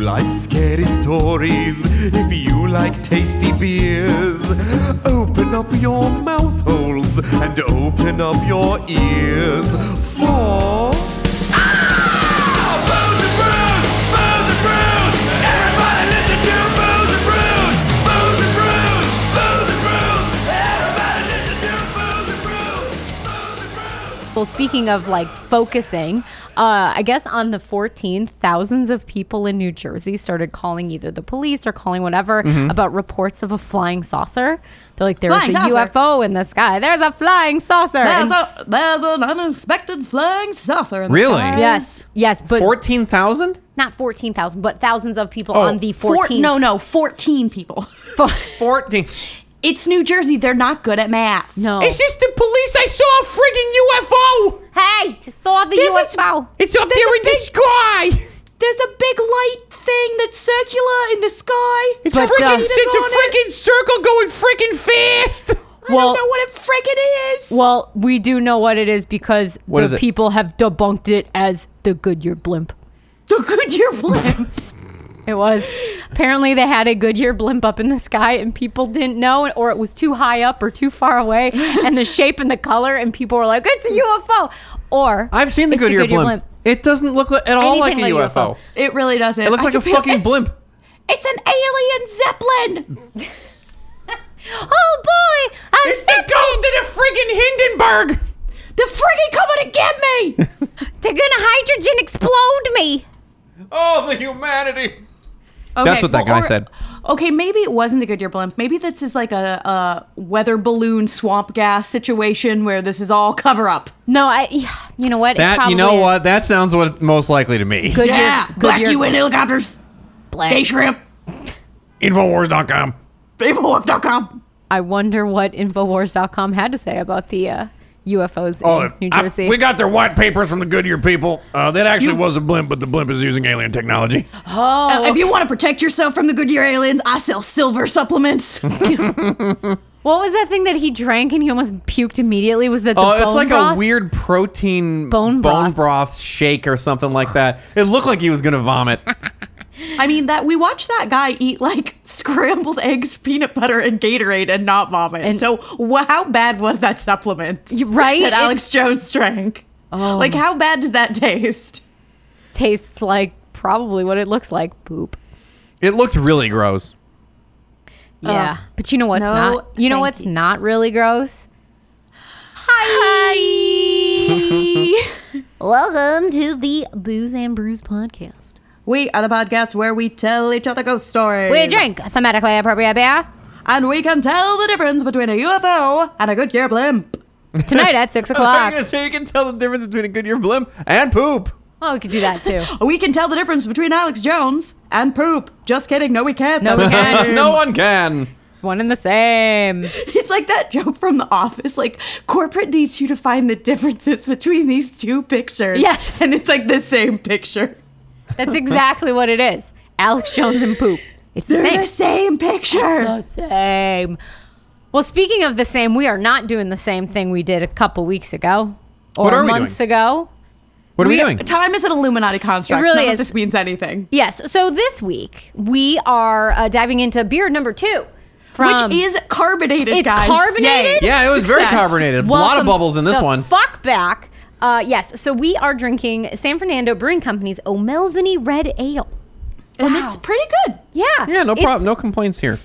like scary stories, if you like tasty beers, open up your mouth holes and open up your ears for. Well, speaking of like focusing, uh, I guess on the 14th, thousands of people in New Jersey started calling either the police or calling whatever Mm-hmm. about reports of a flying saucer. They're like, there's Flying a saucer. UFO in the sky. There's a flying saucer. There's, And- a, there's an unexpected flying saucer. In Really? The sky. yes, yes, but Fourteen thousand? Oh. not 14,000, but thousands of people on the 14th. Four, no, no, 14 people. Fourteen. It's New Jersey. They're not good at math. No. It's just the police. I saw a friggin' UFO. hey, you saw the This is- UFO. It's up There's there a in the sky. There's a big light thing that's circular in the sky. It's But, freaking. uh, it's a freaking circle going freaking fast. I Well- don't know what it freaking is. Well, we do know what it is because What the is it? people have debunked it as the Goodyear blimp. the Goodyear blimp. It was. Apparently, they had a Goodyear blimp up in the sky, and people didn't know, or it was too high up or too far away, and the shape and the color, and people were like, "It's a UFO." Or I've seen the "It's a Goodyear, blimp. It doesn't look li- at all like a Anything like a UFO. UFO. it really doesn't. It looks I like can a feel fucking it. blimp. It's an alien zeppelin. Oh boy! I It's the stepped ghost of the friggin' Hindenburg. They're freaking coming to get me. in- They're gonna hydrogen explode me. Oh, the humanity. Okay, That's what that guy or- said. Okay, maybe it wasn't the Goodyear blimp. Maybe this is like a, a weather balloon swamp gas situation where this is all cover up. No, I. You know what? It That probably you know is. what? That sounds what most likely to me. Goodyear, Yeah, black Goodyear- UN helicopters, Black. day shrimp, Infowars.com. vaporwap.com. I wonder what Infowars.com had to say about the uh, UFOs Oh, in New I- Jersey. we got their white papers from the Goodyear people. Uh, that actually was a blimp, but the blimp is using alien technology. oh, If you want to protect yourself from the Goodyear aliens, I sell silver supplements. what was that thing that he drank and he almost puked immediately? Was that the Oh, it's bone like broth? a weird protein Bone broth. shake or something like that. It looked like he was gonna vomit. I mean that we watched that guy eat like scrambled eggs, peanut butter, and Gatorade, and not vomit. And- so wh- how bad was that supplement? You- right? That Alex Jones drank. Oh. Like how bad does that taste? tastes like probably what it looks like poop. It looked really gross. Yeah. but you know what's No, not? You know thank what's you. not really gross? Hi. Welcome to the Booze and Brews podcast. we are the podcast where we tell each other ghost stories. We drink thematically appropriate beer. and we can tell the difference between a UFO and a Goodyear blimp. Tonight at 6 Are you o'clock. gonna say you can tell the difference between a Goodyear blimp and poop? Oh, we could do that too. We can tell the difference between Alex Jones and poop. Just kidding. No, we can't. No, That we was- can. no one can. One and the same. It's like that joke from The Office. Like, corporate needs you to find the differences between these two pictures. Yes. And it's like the same picture. That's exactly what it is. Alex Jones and poop. It's the They're same. the same picture. the same. Well, speaking of the same, we are not doing the same thing we did a couple weeks ago or What are we months doing? ago. What are we, We- doing? Time is an Illuminati construct. It really None of is. this means anything. Yes. So this week we are uh, diving into beer number two, from Which is carbonated, It's guys. carbonated? Yay. yeah, it was very Success. carbonated. a lot Welcome of bubbles in this um, the one. Fuck back. Uh, yes. So we are drinking San Fernando Brewing Company's O'Melveny Red Ale. And it's pretty good. Yeah. yeah, no It's- problem. No complaints here.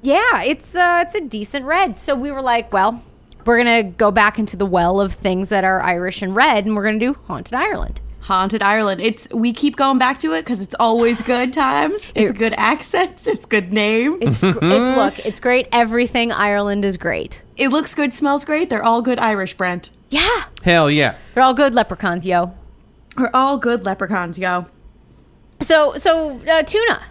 Yeah, it's uh, it's a decent red. So we were like, well, we're gonna go back into the well of things that are Irish and red, and we're gonna do Haunted Ireland. Haunted Ireland. It's we keep going back to it because it's always good times. It's good accents. It's good name. It's, gr- Mm-hmm. it's look, it's great. Everything Ireland is great. it looks good. Smells great. They're all good Irish, Brent. Yeah, Hell yeah. they're all good leprechauns, yo. They're all good leprechauns, yo. So so uh, tuna,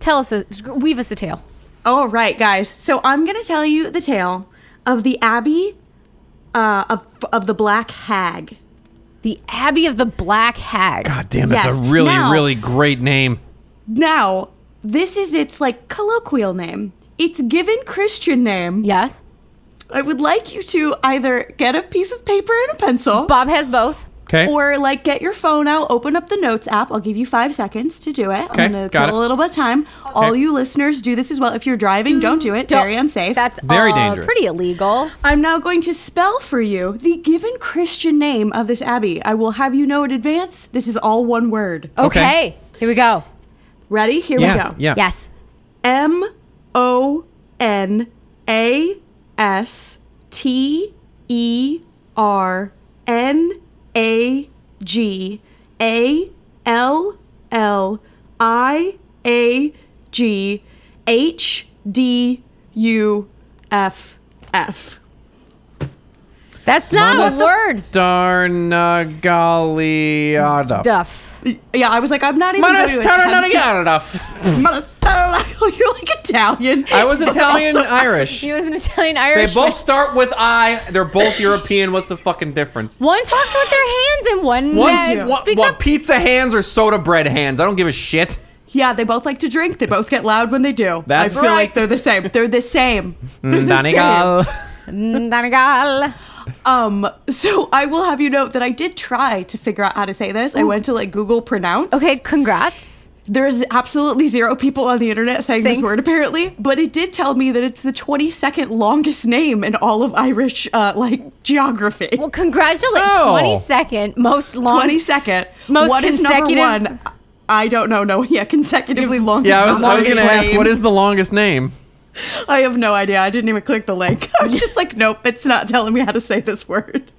tell us, a, weave us a tale. All right, guys. So I'm gonna tell you the tale of the Abbey uh, of of the Black Hag. The Abbey of the Black Hag. God damn, that's Yes. a really, Now- really great name. Now, this is its like colloquial name. It's given Christian name. Yes, I would like you to either get a piece of paper and a pencil. Bob has both. Okay. Or like get your phone out, open up the notes app. I'll give you five seconds to do it. Okay, I'm gonna got kill it. a little bit of time. All you listeners do this as well. If you're driving, don't do it. Don't- Very unsafe. That's Very uh, dangerous. Pretty illegal. I'm now going to spell for you the given Christian name of this abbey. I will have you know in advance. This is all one word. Okay. Okay. Here we go. Ready? Here Yes. we go. Yeah. Yes. M O N A S T E R N A G A L L I A G H D U F F. That's not a word. Monastarnagaliada. Duff. Yeah, I was like, I'm not even going to attempt to- Monastarnagaliada. Monastero. You're like Italian. I was But Italian also- Irish. He was an Italian They Irish. both start with I. They're both European. What's the fucking difference? One talks with their hands and one, One's uh, one, speaks one up. pizza hands or soda bread hands. I don't give a shit. Yeah, they both like to drink. They both get loud when they do. That's I feel right. Mm, like they're the same. They're the same. They're the Donegal. Donegal. Um, so I will have you note that I did try to figure out how to say this. I went to like Google pronounce. Okay, congrats. There's absolutely zero people on the internet saying this Thank- word apparently, but it did tell me that it's the 22nd longest name in all of Irish uh, like geography. Well, congratulate Oh. 22nd most long. 22nd. Most what is number consecutive- one? I don't know. No, yeah, consecutively longest. Yeah, I was, I was longest gonna ask, name. what is the longest name? I have no idea. I didn't even click the link. I was just like, nope, it's not telling me how to say this word.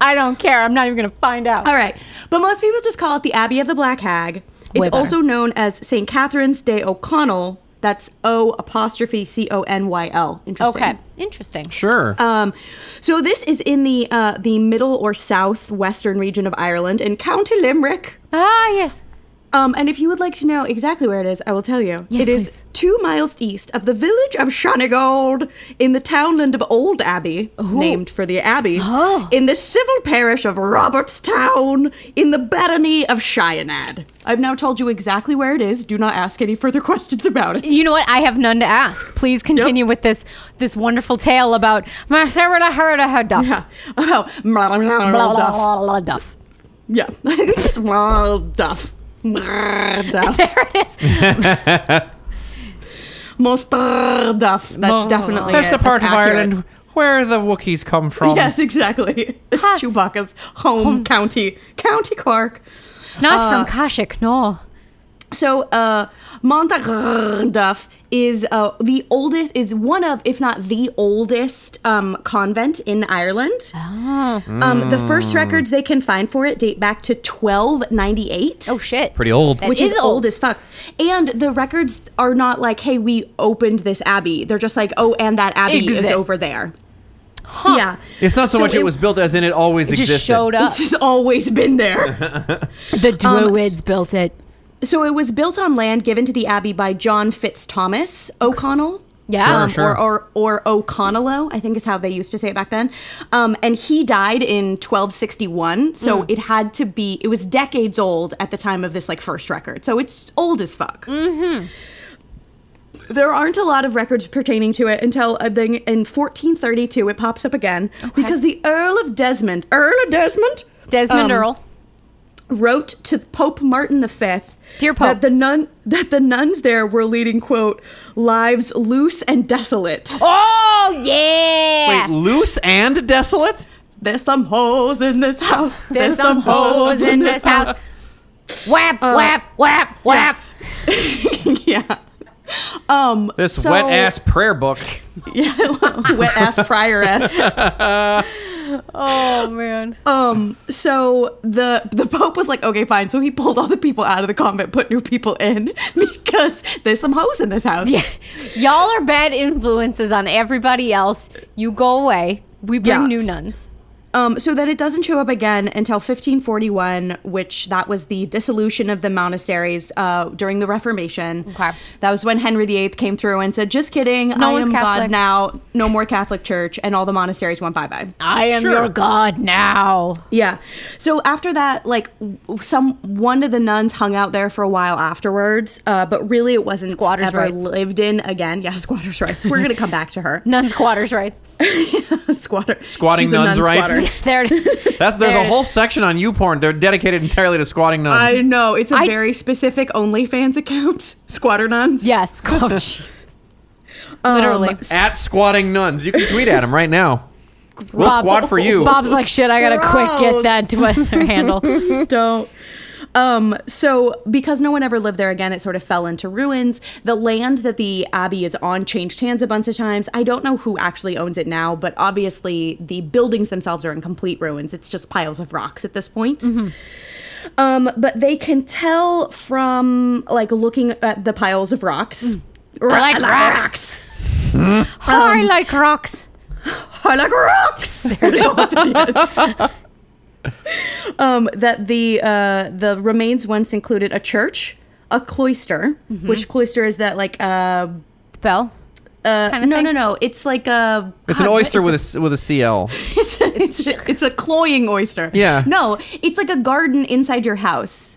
I don't care. I'm not even going to find out. All right. But most people just call it the Abbey of the Black Hag. It's Way better. also known as St. Catherine's de O'Connell. That's O apostrophe C O N Y L. Interesting. Okay, interesting. Sure. Um, so this is in the uh, the middle or southwestern region of Ireland in County Limerick. Ah, yes. Um, and if you would like to know exactly where it is, I will tell you. Yes, It is please. two miles east of the village of Shanigold in the townland of Old Abbey, named for the abbey, Oh. in the civil parish of Robertstown in the barony of Cheyennad. I've now told you exactly where it is. Do not ask any further questions about it. You know what? I have none to ask. Please continue with this this wonderful tale about Masarada Harada Ha Duff. Yeah. Oh, blah, blah, Blah, blah, blah, blah, duff. blah, blah, duff. Yeah. Just blah, duff. Blah, duff. There it is. Monster duff. That's definitely That's it. the part of accurate. Ireland where the Wookiees come from. Yes, exactly. It's Chewbacca's home, county, County Cork. It's not from Kashik, no. So, uh, Montagrduff is uh, the oldest, is one of, if not the oldest, um, convent in Ireland. Um, the first Hmm. records they can find for it date back to 1298. Oh, shit. Pretty old. That which is, old as fuck. And the records are not like, hey, we opened this abbey. They're just like, oh, and that abbey Exists. is over there. Yeah. It's not so, much it, it- was built as in it always It existed. just showed up. It's just always been there. The Druids built it. So it was built on land given to the abbey by John Fitz Thomas O'Connell. Yeah. um, Sure, sure. Or, or or O'Connello, I think is how they used to say it back then. Um, and he died in 1261, so Mm. it had to be. It was decades old at the time of this like first record, so it's old as fuck. Mm-hmm. There aren't a lot of records pertaining to it until uh, then in 1432 it pops up again because the Earl of Desmond, Earl of Desmond, Desmond um, Earl. wrote to Pope Martin V. Dear Pope. that the nun that the nuns there were leading quote lives loose and desolate. Oh, yeah. Wait, loose and desolate? There's some hoes in this house. There's some hoes in this house. Uh, Whap, whap, whap, whap. yeah. Um, This so- wet ass prayer book. yeah, wet ass prioress. Oh, man. Um, so the the Pope was like, okay, fine. So he pulled all the people out of the convent, put new people in because there's some hoes in this house. Yeah. Y'all are bad influences on everybody else. You go away. We bring Yeah. new nuns. Um, so that it doesn't show up again until 1541, which that was the dissolution of the monasteries uh, during the Reformation. Okay. That was when Henry VIII came through and said, "Just kidding, I one's am Catholic." God now. No more Catholic Church," and all the monasteries went bye bye. I am Sure. your god now. Yeah. So after that, like w- some one of the nuns hung out there for a while afterwards, uh, but really it wasn't Squatters' ever rights. lived in again. Yeah, squatters' rights. We're gonna come back to her. Nuns' quarters rights. Squatter. Squatting She's a nuns' nun rights. squatter. There, there it is. That's there's There a it is. whole section on YouPorn. They're dedicated entirely to squatting nuns. I know it's a I- very specific OnlyFans account. Squatter nuns. Yes. Oh, jeez. Um, Literally. at squatting nuns. You can tweet at them right now. We'll Bob- squat for you. Bob's like, shit, I gotta quick get Gross. that Twitter handle. please don't. Um, so because no one ever lived there again, it sort of fell into ruins. The land that the abbey is on changed hands a bunch of times. I don't know who actually owns it now, but obviously the buildings themselves are in complete ruins. It's just piles of rocks at this point. Um, but they can tell from like looking at the piles of rocks. Mm. I like rocks. Oh, I like rocks. I like rocks. um, that the uh, the remains once included a church, a cloister, which cloister is that like uh, Bell. uh Kinda no thing? no no it's like a It's an God, what oyster is with a s- with a CL. the- it's a, it's, a, it's a cloying oyster Yeah. no it's like a garden inside your house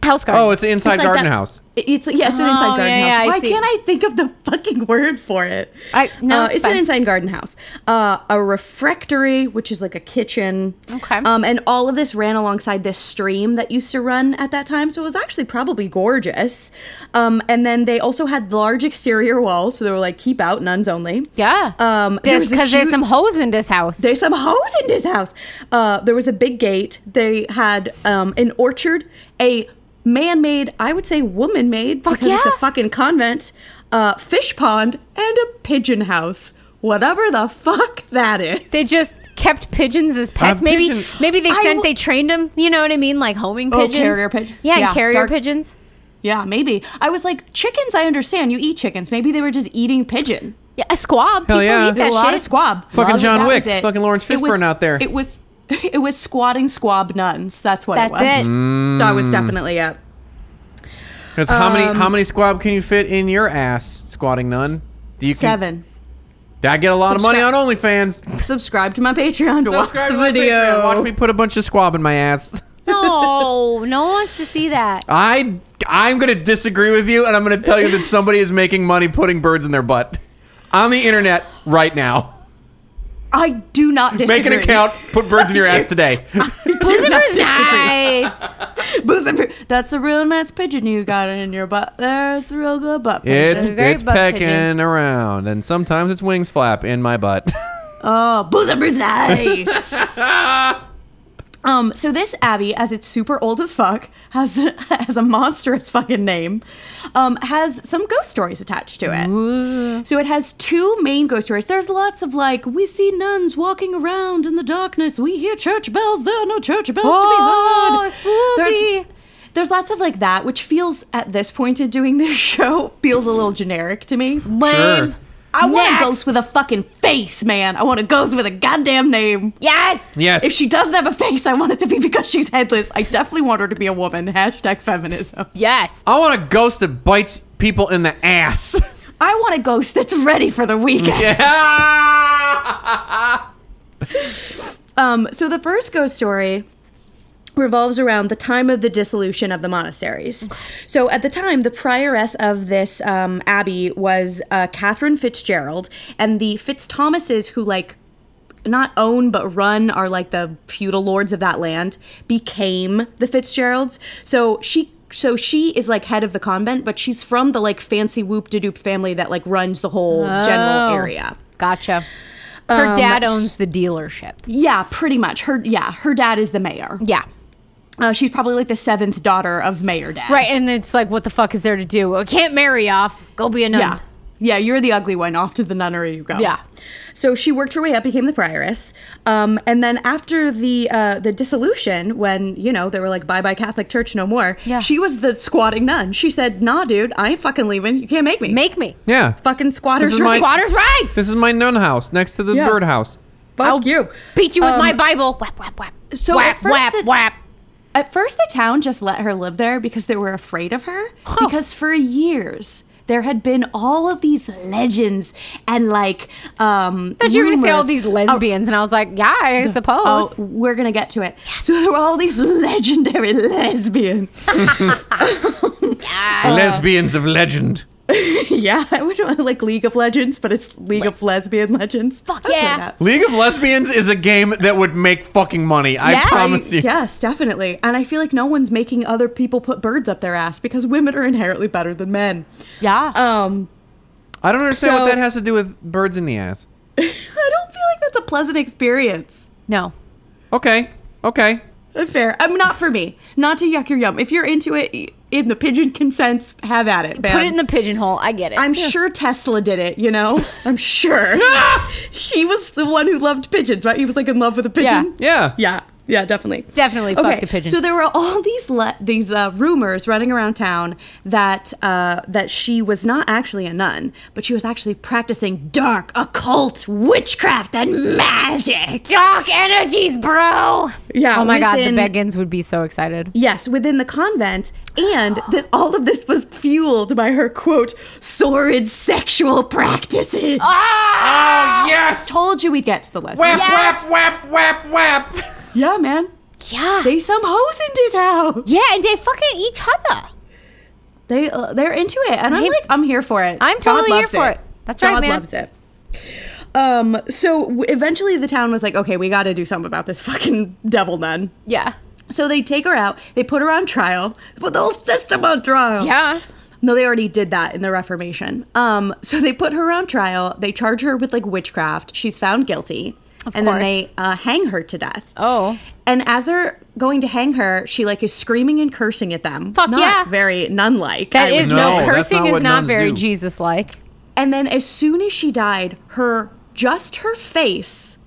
House garden. Oh, it's an inside It's like garden that- house. It- It's yeah, it's an Oh, inside garden yeah, yeah, house. I Why see. can't I think of the fucking word for it? I- no, Uh, it's it's, fine. an inside garden house. Uh, a refectory, which is like a kitchen. Okay. Um, and all of this ran alongside this stream that used to run at that time, so it was actually probably gorgeous. Um, and then they also had large exterior walls, so they were like keep out, nuns only. yeah. Um, there because was a there's huge- some hoes in this house. there's some hoes in this house. Uh, there was a big gate. They had um, an orchard, a man-made, I would say woman-made, Fuck because it's a yeah. fucking convent, uh, fish pond, and a pigeon house. Whatever the fuck that is. They just kept pigeons as pets. Uh, maybe pigeon- maybe they I sent will- they trained them. You know what I mean? Like homing Oh, pigeons, carrier pigeon. Yeah, and Yeah, carrier dark- pigeons. Yeah, maybe. I was like, chickens. I understand. You eat chickens. Maybe they were just eating pigeon. Yeah, a squab. Hell People yeah. eat that a lot shit. of squab. Fucking Loves- John that Wick, was it. fucking Lawrence It was- Fishburne out there. It was, it was squatting squab nuns. That's what That's it was. it. Mm. That was definitely it. It's how many Um, how many squab can you fit in your ass? Squatting nun. You can- Seven. I get a lot of money on Subscribe. OnlyFans. subscribe to my Patreon to watch Subscribe the to my video. Patreon. Watch me put a bunch of squab in my ass. No, no one wants to see that. I I'm gonna disagree with you, and I'm gonna tell you that somebody is making money putting birds in their butt on the internet right now. I do not disagree. Make an account, put birds in your ass today. Booziner's nice. Boozer- That's a real nice pigeon you got in your butt. There's a real good butt. pigeon. It's a very it's butt pecking pigeon. around, and sometimes its wings flap in my butt. Oh, Boozer nice. um, so this abbey, as it's super old as fuck, has has a monstrous fucking name. Um, has some ghost stories attached to it. So it has two main ghost stories. There's lots of like, we see nuns walking around in the darkness. We hear church bells. There are no church bells Oh, to be heard. There's, spooky. there's lots of like that, which feels at this point in doing this show feels a little generic to me. Lame. I want a Next. ghost with a fucking face, man. I want a ghost with a goddamn name. Yes. yes. If she doesn't have a face, I want it to be because she's headless. I definitely want her to be a woman. Hashtag feminism. Yes. I want a ghost that bites people in the ass. I want a ghost that's ready for the weekend. Um, so the first ghost story revolves around the time of the dissolution of the monasteries. So at the time, the prioress of this um, abbey was uh, Catherine Fitzgerald, and the Fitzthomases, who like not own but run are like the feudal lords of that land, became the Fitzgeralds. So she. So she is like head of the convent, but she's from the like fancy whoop de doop family that like runs the whole general Oh. area. Gotcha. Her dad s- owns the dealership. Yeah, pretty much. Her yeah, her dad is the mayor. Yeah. Uh, she's probably like the seventh daughter of Mayor Dad. Right. And it's like, what the fuck is there to do? I can't marry off. Go be a nun. Yeah. Yeah, you're the ugly one. Off to the nunnery you go. Yeah. So she worked her way up, became the prioress, um, and then after the uh, the dissolution, when you know they were like, "Bye bye Catholic Church, no more." Yeah. She was the squatting nun. She said, "Nah, dude, I ain't fucking leaving. You can't make me. Make me. yeah. fucking This squatters is my- rights. Squatters' rights. This is my nun house next to the Yeah. bird house. Fuck you." Beat you with Um, my Bible. Whap, whap, whap. So whap, at first whap, the- whap. At first, the town just let her live there because they were afraid of her. Because for years, there had been all of these legends and like. Um, thought you were going to say all rumors- these lesbians. and I was like, yeah, I suppose. Oh, we're gonna get to it. So there were all these legendary lesbians. Lesbians of legend. yeah, I would want like League of Legends, but it's League of Lesbian Legends. Fuck yeah. League of Lesbians is a game that would make fucking money. I Yeah. promise you. Yes, definitely. And I feel like no one's making other people put birds up their ass because women are inherently better than men. Yeah. Um, I don't understand what So- that has to do with birds in the ass. I don't feel like that's a pleasant experience. no. Okay. Okay. Fair. Um, not for me. Not to yuck your yum. If you're into it, y- in the pigeon consents, have at it, man. Put it in the pigeonhole. I get it. I'm sure Tesla did it, you know? I'm sure. he was the one who loved pigeons, right? He was like in love with a pigeon. Yeah. Yeah, yeah, definitely, Definitely fucked a pigeon. So there were all these le- these uh, rumors running around town that uh, that she was not actually a nun, but she was actually practicing dark occult witchcraft and magic. dark energies, bro. Yeah, Oh my god, the within- Beggins would be so excited. Yes, within the convent, and that all of this was fueled by her quote sordid sexual practices. Ah, Oh yes. Told you we'd get to the list. Whap Yes. whap whap whap whap. Yeah, man. Yeah. They some hoes in this house. yeah, and they fucking each other. They uh, they're into it, and I'm Hey, like I'm here for it. I'm God totally here loves for it. That's right, God man. loves it. Um. So w- eventually, the town was like, "Okay, we got to do something about this fucking devil nun." Yeah. So they take her out. They put her on trial. Put the whole system on trial. Yeah. No, they already did that in the Reformation. Um, so they put her on trial. They charge her with like witchcraft. She's found guilty, and then course. they uh, hang her to death. Oh. And as they're going to hang her, she like is screaming and cursing at them. Fuck Not yeah. very nun-like. That I would is say. No, no, that's cursing not is what not nuns very do. Jesus like. And then as soon as she died, her just her face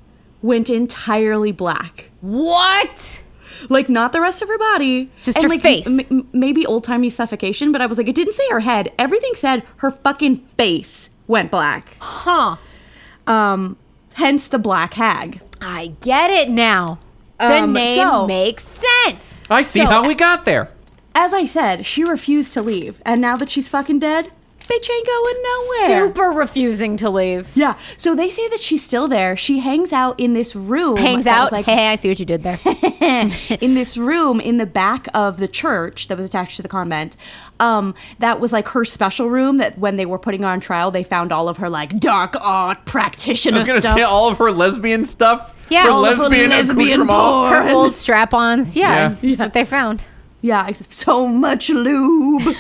went entirely black. What? Like not the rest of her body, Just And, her like, face. m- m- maybe old timey suffocation, but I was like, it didn't say her head. Everything said her fucking face went black. Huh. Um, hence the black hag. I get it now. The Um, name so- makes sense. I see So- how we got there. As I said, she refused to leave, and now that she's fucking dead, bitch ain't going nowhere. Super refusing to leave. Yeah. So they say that she's still there. She hangs out in this room. Hangs that was, "Hmm, out. hey, I see what you did there. in this room in the back of the church that was attached to the convent. Um, that was like her special room. That when they were putting her on trial, they found all of her like dark art practitioner I was gonna stuff. say all of her lesbian stuff. Yeah. her All of her lesbian, lesbian accoutrement. porn. Her old strap-ons. Yeah, Yeah. that's what they found. yeah, except so much lube,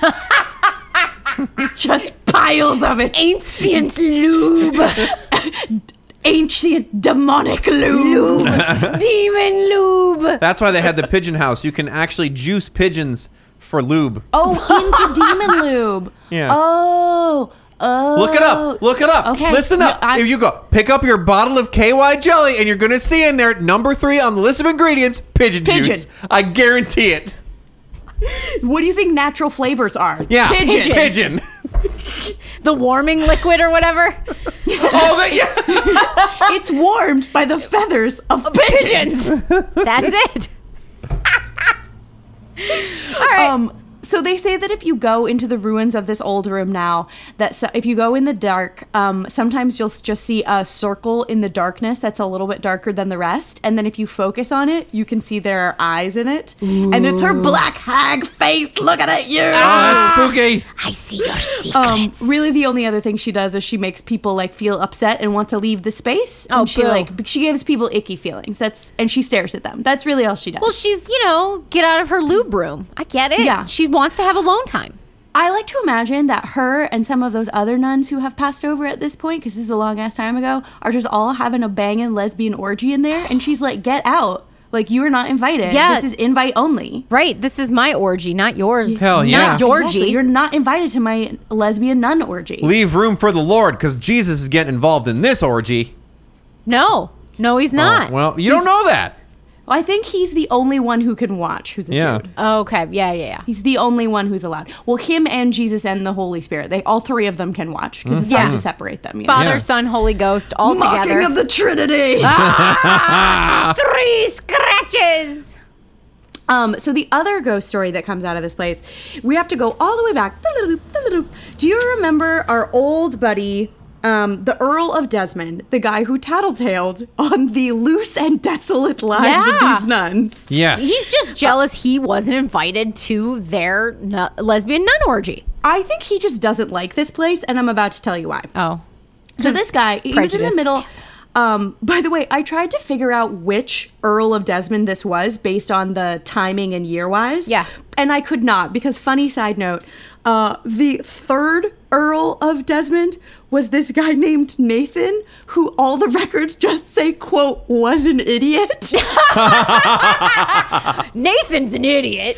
just piles of it. Ancient lube, Ancient demonic lube. demon lube. That's why they had the pigeon house. You can actually juice pigeons for lube. Oh, into demon lube. Yeah. Oh. Oh. Look it up. Look it up. Okay. Listen No, up. I- if you go pick up your bottle of KY jelly and you're going to see in there number 3 on the list of ingredients, pigeon, Pigeon. juice. I guarantee it. What do you think natural flavors are? Yeah. Pigeon. Pigeon. The warming liquid or whatever. oh, that, yeah. it's warmed by the feathers of pigeons. Pigeons. That's it. All right. Um, so they say that if you go into the ruins of this old room now, that so, if you go in the dark, um, sometimes you'll s- just see a circle in the darkness that's a little bit darker than the rest. And then if you focus on it, you can see there are eyes in it, and it's her black hag face looking at you. Ah. Ah, spooky. I see your secrets. Um, really, the only other thing she does is she makes people like feel upset and want to leave the space. Oh, and she boo. like b- she gives people icky feelings. That's and she stares at them. That's really all she does. well, she's you know get out of her lube room. I get it. Yeah. She wants to have alone time. I like to imagine that her and some of those other nuns who have passed over at this point, because this is a long ass time ago, are just all having a banging lesbian orgy in there, and she's like, "Get out! Like you are not invited. Yeah. this is invite only. Right. This is my orgy, not yours. Hell yeah. Not your Exactly. orgy. You're not invited to my lesbian nun orgy. Leave room for the Lord cuz Jesus is getting involved in this orgy. no. No, he's not. Oh, well, you don't know that. Well, I think he's the only one who can watch. Who's a Yeah. dude? Okay. Yeah. Yeah. Yeah. He's the only one who's allowed. Well, him and Jesus and the Holy Spirit, they all three of them can watch because it's Mm. Yeah. hard to separate them. You know? Father, Yeah. Son, Holy Ghost, all together. the Trinity. Ah. Three scratches. Um, so the other ghost story that comes out of this place, we have to go all the way back. Do you remember our old buddy, um, the Earl of Desmond, the guy who tattletaled on the loose and desolate lives Yeah. of these nuns? Yes. He's just jealous he wasn't invited to their nu- lesbian nun orgy. I think he just doesn't like this place, and I'm about to tell you why. Oh. So this guy, he was in Prejudice. the middle. Um, by the way, I tried to figure out which Earl of Desmond this was based on the timing and year wise. Yeah. And I could not because, funny side note, uh, the third Earl of Desmond was this guy named Nathan, who all the records just say, quote, was an idiot. Nathan's an idiot.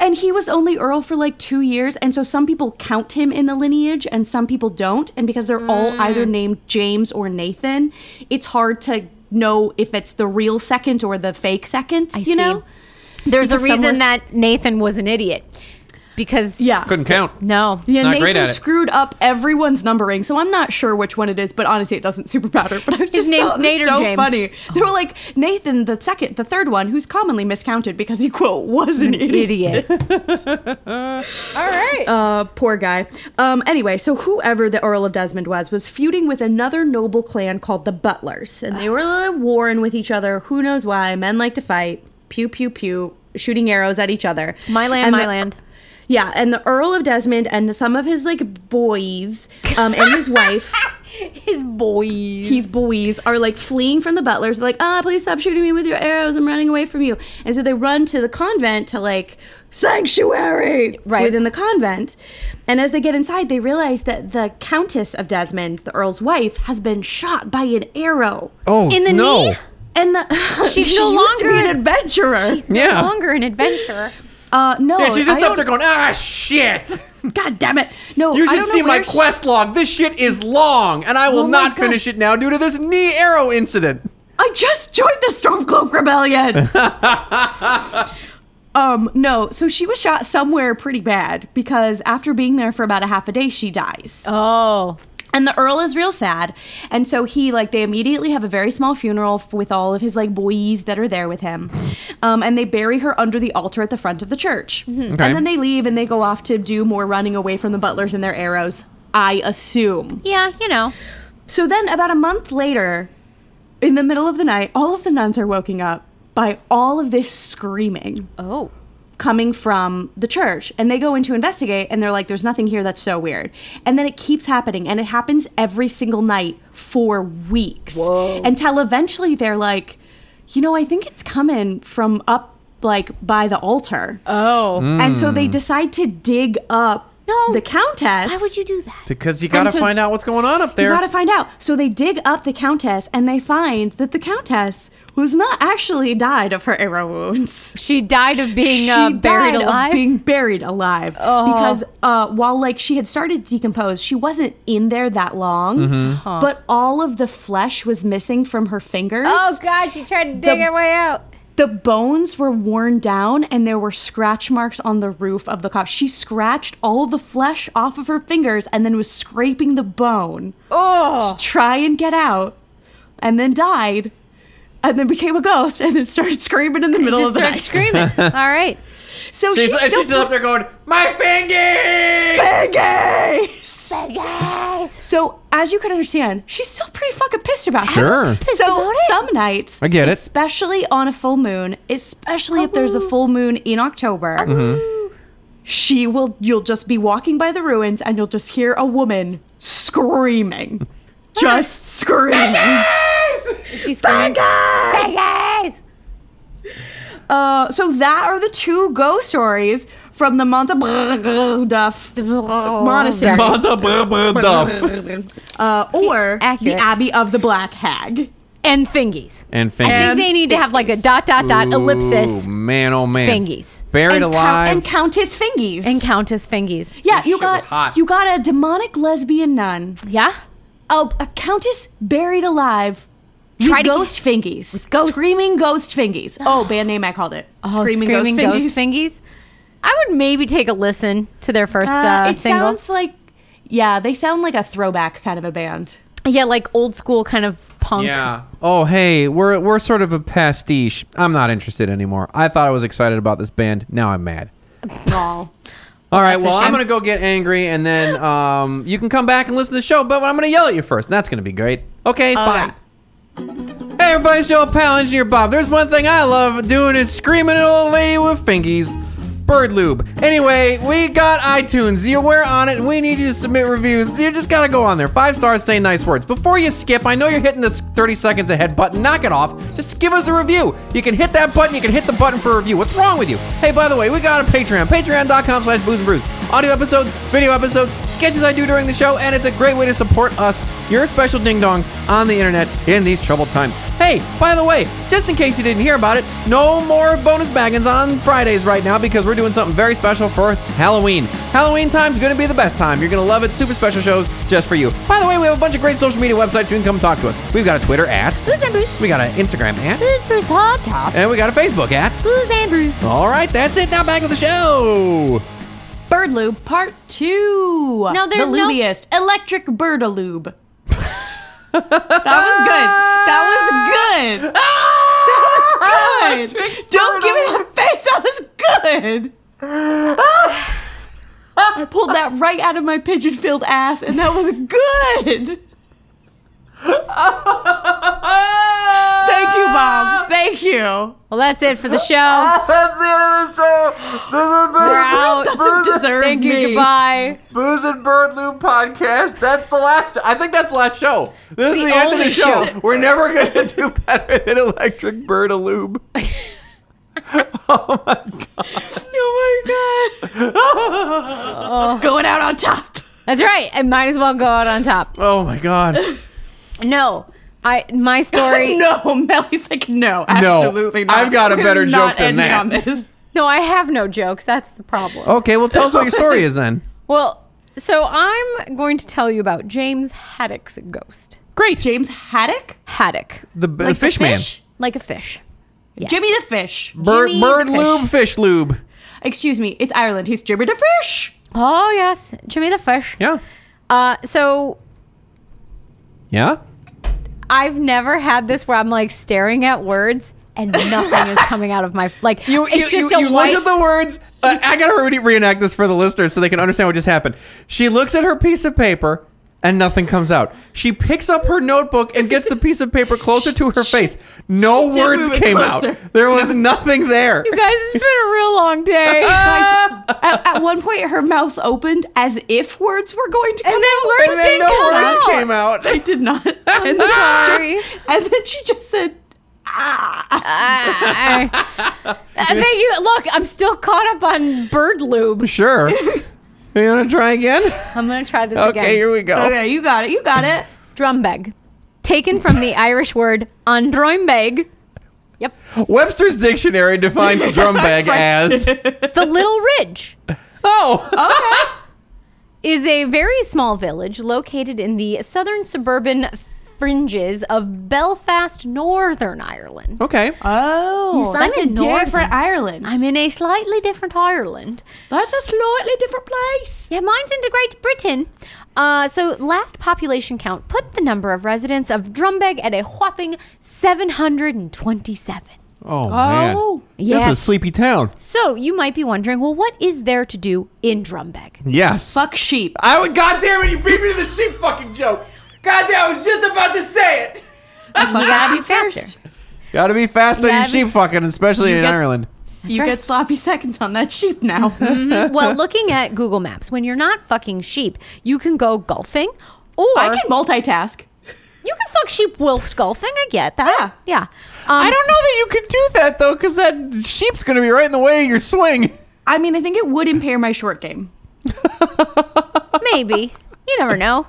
and he was only Earl for like two years. And so some people count him in the lineage and some people don't. And because they're all either named James or Nathan, it's hard to know if it's the real second or the fake second, you see. know? There's Because a reason someone's- that Nathan was an idiot. Because Yeah. Couldn't count. No. yeah, not Nathan great at it. screwed up everyone's numbering, so I'm not sure which one it is. But honestly, it doesn't super matter. But I was His just name's thought this Nader so James. funny. They were like Nathan, the second, the third one, who's commonly miscounted because he quote was an idiot. Idiot. All right. Uh, poor guy. Um, anyway, so whoever the Earl of Desmond was was feuding with another noble clan called the Butlers, and they were warring with each other. Who knows why? Men like to fight. Pew pew pew, shooting arrows at each other. my land, And my the- land. Yeah, and the Earl of Desmond and some of his like boys um, and his wife. His boys. These boys are like fleeing from the butlers, like, ah, please stop shooting me with your arrows. I'm running away from you. And so they run to the convent to like sanctuary Right. within the convent. And as they get inside, they realize that the Countess of Desmond, the Earl's wife, has been shot by an arrow. Oh In the no. knee? And the She's she no used to be longer- an adventurer. He's no Yeah. longer an adventurer. uh, no, Yeah, she's just I up don't- there going, ah, shit. God damn it! No, You I should don't know see my where she- quest log. This shit is long, and I will Oh my not God. finish it now due to this knee arrow incident. I just joined the Stormcloak Rebellion. um, no, so she was shot somewhere pretty bad because after being there for about a half a day, she dies. Oh. And the Earl is real sad. And so he, like, they immediately have a very small funeral f- with all of his, like, boys that are there with him. Um, and they bury her under the altar at the front of the church. Okay. And then they leave and they go off to do more running away from the butlers and their arrows, I assume. Yeah, you know. So then, about a month later, in the middle of the night, all of the nuns are woken up by all of this screaming Oh. coming from the church. And they go in to investigate and they're like, there's nothing here that's so weird. And then it keeps happening and it happens every single night for weeks until eventually they're like, you know, I think it's coming from up like by the altar. Oh. And so they decide to dig up No. the countess. Why would you do that? Because you gotta so- find out what's going on up there. You gotta find out. So they dig up the countess and they find that the countess was not actually died of her arrow wounds. She died of being uh, buried died of alive. Oh. being buried alive. Because uh, while like she had started to decompose, she wasn't in there that long. Mm-hmm. But all of the flesh was missing from her fingers. oh God, she tried to dig The- her way out. The bones were worn down and there were scratch marks on the roof of the car. She scratched all the flesh off of her fingers and then was scraping the bone Oh. to try and get out, and then died, and then became a ghost, and then started screaming in the middle Just of the started night. screaming. All right. So she's, she's, and still, she's still up there going, my fingers! Vegas. So as you can understand, she's still pretty fucking pissed about it. Sure. pissed So about it. some nights, I get it. especially on a full moon, especially if there's a Oh. full moon in October. She will. You'll just be walking by the ruins, and you'll just hear a woman screaming, just screaming. She's screaming. Vegas! Uh, so that are the two ghost stories from the Monte Duff monastery, uh, or the Accurate. Abbey of the Black Hag. And fingies. And I think fingers. they need to have like a dot dot dot ellipsis Ooh, man, oh man. Fingies. Buried and, alive. and Countess Fingies. and countess fingies. yeah, you shit was got hot. you got a demonic lesbian nun, Yeah. a, a countess buried alive. with Try to- ghost fingies, ghost- screaming ghost fingies. Oh, band name I called it. Oh, screaming, ghost, fingies. I would maybe take a listen to their first uh, Uh, it single. sounds like, yeah, they sound like a throwback kind of a band. yeah, like old school kind of punk. yeah. Oh, hey, we're, we're sort of a pastiche. I'm not interested anymore. I thought I was excited about this band. Now I'm mad. Aw. All right, well, a I'm shame. going to go get angry, and then um, you can come back and listen to the show, but I'm going to yell at you first. and That's going to be great. Okay, Oh, bye. right. Hey, everybody, it's your old pal, Engineer Bob. There's one thing I love doing is screaming at an old lady with fingies. Bird Lube. Anyway, we got iTunes. You were on it. We need you to submit reviews. You just gotta go on there. Five stars, say nice words. Before you skip, I know you're hitting the 30 seconds ahead button. Knock it off. Just give us a review. You can hit that button. You can hit the button for a review. What's wrong with you? Hey, by the way, we got a Patreon. Patreon.com slash booze and brews. Audio episodes, video episodes, sketches I do during the show, and it's a great way to support us, your special ding dongs, on the internet in these troubled times. Hey, by the way, just in case you didn't hear about it, no more bonus baggins on Fridays right now because we're doing something very special for Halloween. Halloween time's gonna be the best time. You're gonna love it. Super special shows just for you. By the way, we have a bunch of great social media websites you can come talk to us. We've got a Twitter at, Booze and Bruce. we got an Instagram at, Booze Bruce podcast. and we got a Facebook at. Booze and Bruce. All right, that's it. Now back to the show. Bird Lube Part Two. No, there's the no- lubiest electric birdalube. that was good. That was good. That was good. Don't give me that face. That was good. I pulled that right out of my pigeon-filled ass, and that was good. Thank you, Bob. Thank you. Well, that's it for the show. That's the end of the show. This We're is out. Doesn't deserve Thank me. you. Goodbye. the Booze and Bird Loop podcast. That's the last. I think that's the last show. This The is the end of the only show. show. We're never gonna do better than Electric Bird Lube. Oh my god. Going out on top. That's right. I might as well go out on top. Oh my god. No, I my story. No, Melly's like, no, absolutely not. I've got a We're better not joke than ending that. On this. No, I have no jokes. That's the problem. Okay, well tell us what your story is then. Well, so I'm going to tell you about James Haddock's ghost. Great. James Haddock? Haddock, The, b the fish, man. like a fish. Yes. Jimmy the Fish. Bird, Jimmy the bird fish. lube, fish lube. Excuse me, it's Ireland. He's Jimmy the Fish. Oh yes, Jimmy the fish. Yeah. Uh, so Yeah. I've never had this where I'm like staring at words and nothing is coming out of my like. You, it's you, just you, a you white. look at the words. Uh, I gotta re- reenact this for the listeners so they can understand what just happened. She looks at her piece of paper and nothing comes out. She picks up her notebook and gets the piece of paper closer to her face. No she did words move it came closer. out. There was nothing there. you guys, it's been a real long day. Ah! At, at one point, her mouth opened as if words were going to come And then out. words and then didn't no come words out. came out. They did not. and, then sorry. She just, and then she just said, I think Uh, you look. I'm still caught up on bird lube. Sure. you wanna try again? I'm gonna try this Okay, again. here we go. okay, you got it, you got it. Drumbeg, taken from the Irish word androimbeg. Yep. Webster's dictionary defines drum bag as The little ridge. Oh, is a very small village located in the southern suburban fringes of Belfast, Northern Ireland. Okay. Oh, He's- I'm that's a in Northern. different Ireland. I'm in a slightly different Ireland. that's a slightly different place. Yeah, mine's into Great Britain. Uh, so, last population count put the number of residents of Drumbeg at a whopping 727. Oh, Oh, Yes. sleepy town. So, you might be wondering, well, what is there to do in Drumbeg? Yes. fuck sheep. I would. God damn it! You beat me to the sheep fucking joke. God damn! I was just about to say it. You gotta be first. faster. Gotta be fast on your Gotta be- sheep fucking, especially in get- Ireland. you right. get sloppy seconds on that sheep now. well, looking at Google Maps, when you're not fucking sheep, you can go golfing or I can multitask. you can fuck sheep whilst golfing. I get that. Yeah. Um, I don't know that you could do that though, because that sheep's gonna be right in the way of your swing. I mean, I think it would impair my short game, Maybe. You never know.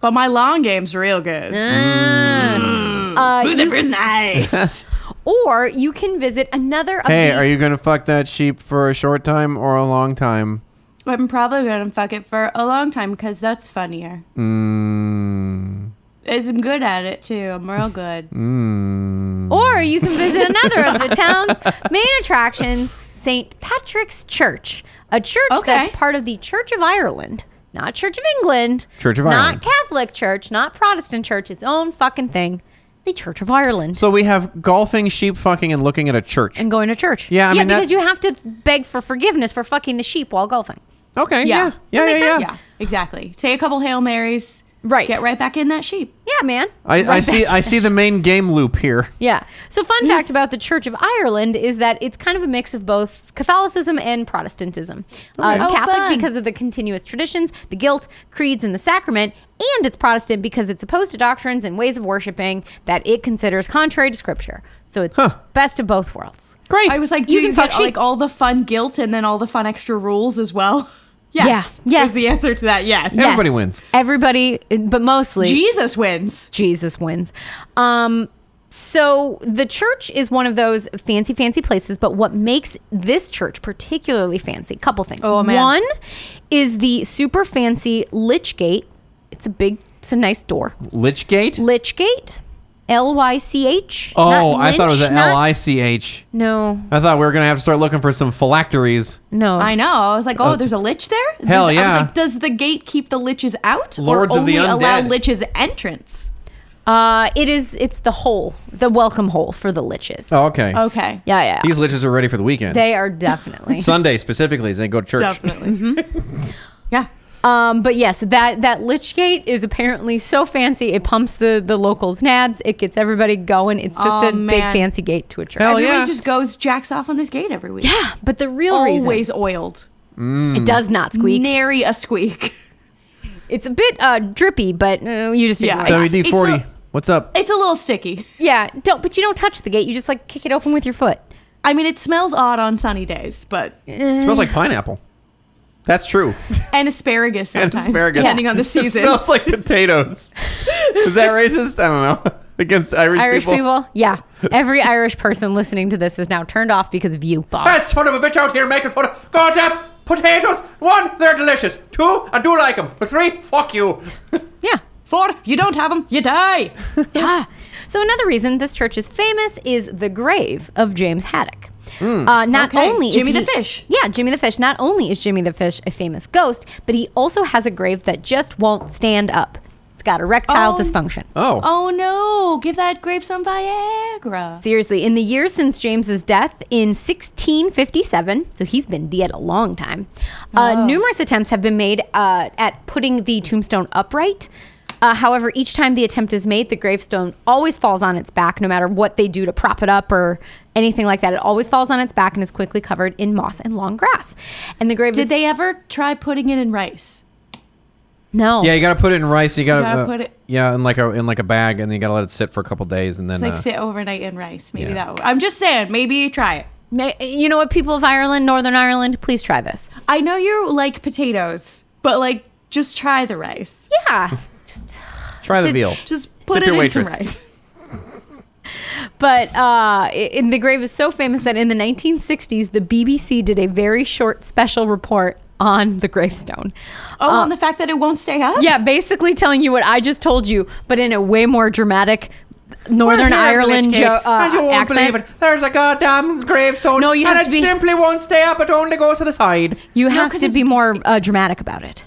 but my long game's real good. Uh, you- Zipper's nice. or you can visit another of Hey, the- are you gonna fuck that sheep for a short time or a long time? I'm probably gonna fuck it for a long time because that's funnier. Mm. As I'm good at it too. I'm real good. or you can visit another of the town's main attractions, St. Patrick's Church, a church Okay. that's part of the Church of Ireland, not Church of England, Church of not Ireland. Catholic Church, not Protestant Church, its own fucking thing, the Church of Ireland. So we have golfing, sheep fucking, and looking at a church. and going to church. Yeah, I mean, because that- you have to beg for forgiveness for fucking the sheep while golfing. Okay. Yeah. Yeah. That Yeah. Yeah. makes yeah. sense. Yeah, exactly. Say a couple hail marys. Right. Get right back in that sheep. Yeah, man. I, Right I back. see. I see the main game loop here. Yeah. So, fun fact about the Church of Ireland is that it's kind of a mix of both Catholicism and Protestantism. Uh, it's Oh, Catholic fun. because of the continuous traditions, the guilt, creeds, and the sacrament, and it's Protestant because it's opposed to doctrines and ways of worshiping that it considers contrary to Scripture. So, it's best of both worlds. Great. I was like, do You you, can get fuck sheep. like all the fun guilt and then all the fun extra rules as well? Yes. Yeah. Yes. Is the answer to that yes. Everybody wins. Everybody, but mostly Jesus wins. Jesus wins. Um, so the church is one of those fancy, fancy places. But what makes this church particularly fancy? Couple things. Oh, man. One is the super fancy Lich Gate. It's a big, it's a nice door. Lichgate. Lich Gate, L Y C H. oh, I thought it was an L I. I C H. No, I thought we were gonna have to start looking for some phylacteries. no. I know. I was like, oh, there's a lich there? Uh, Does- hell I was yeah. like, does the gate keep the liches out? Lords or of the only allow undead. liches entrance? Uh, it is. It's the hole, the welcome hole for the liches. Oh, okay. Okay. Yeah, yeah. These liches are ready for the weekend. they are definitely. Sunday specifically, as they go to church. Definitely. Mm-hmm. Yeah. Um, but yes, that that lich gate is apparently so fancy it pumps the the locals' nads. It gets everybody going. It's just Aw, a big man. fancy gate to a church. Hell Everyone yeah. just goes jacks off on this gate every week. Yeah, but the real Always oiled. reason it does not squeak. Nary a squeak. It's a bit uh, drippy, but uh, you just Yeah, ignore it's- that. WD forty. it's a- What's up? It's a little sticky. yeah. Don't but you don't touch the gate. You just like kick it open with your foot. I mean, it smells odd on sunny days, but It smells like pineapple. That's true. and asparagus And sometimes, asparagus. depending on the It season. smells like potatoes. Is that racist? I don't know. Against Irish, Irish people. yeah. Every Irish person listening to this is now turned off because of you, Bob. That son of a bitch out here making fun of goddamn potatoes. One, they're delicious. Two, I do like them. But three, fuck you. yeah. Four, you don't have them, you die. Yeah. So another reason this church is famous is the grave of James Haddock. Uh, not Hmm. Okay. only Jimmy is the he- Fish. yeah, Jimmy the Fish. Not only is Jimmy the Fish a famous ghost, but he also has a grave that just won't stand up. It's got erectile Oh. dysfunction. Oh. Oh no, give that grape some Viagra. Seriously, in the years since James's death in 1657, so he's been dead a long time, uh, numerous attempts have been made uh, at putting the tombstone upright. Uh, however, each time the attempt is made, the gravestone always falls on its back, no matter what they do to prop it up or anything like that. It always falls on its back and is quickly covered in moss and long grass. And the grave Did is, they ever try putting it in rice? no? Yeah, you gotta put it in rice. You gotta, gotta uh, put it- Yeah, in like a in like a bag, and then you gotta let it sit for a couple days, and then Like uh, sit overnight in rice. Maybe yeah. that would. I'm just saying, maybe try it. Ma- You know what, people of Ireland, Northern Ireland, please try this. I know you like potatoes, but like just try the rice. Yeah. try the Did- veal. Just put Tip it your in some waitress. rice. But uh, in the grave is so famous that in the 1960s, the BBC did a very short special report on the gravestone. Oh, on the fact that it won't stay up? Uh, Yeah, basically telling you what I just told you, but in a way more dramatic Northern Ireland jo- uh, accent. There's a goddamn gravestone. No, you and have to it be- simply won't stay up. It only goes to the side. You have 'cause to it's- be more uh, dramatic about it.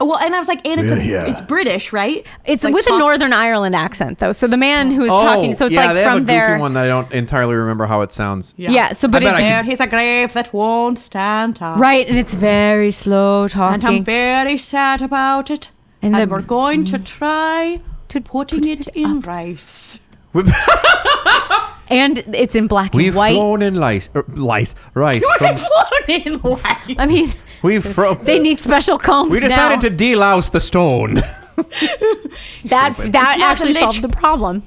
Well, and I was like, and it's, a, it's British, right? It's Like with a talk- Northern Ireland accent, though. So the man who is talking, so it's Oh, yeah, they like have a from goofy there. one that I don't entirely remember how it sounds. Yeah. so but I bet it's I There is a grave that won't stand up. right, and it's very slow talking. And I'm very sad about it. And And, the- mm. we're going to try to putting put it, it in rice. And it's in black We've and white. flown in lice, er, lice, rice. From, in life. I mean, we've from, they need special combs. we decided now. to delouse the stone. That that It's not actually a lich. solved the problem.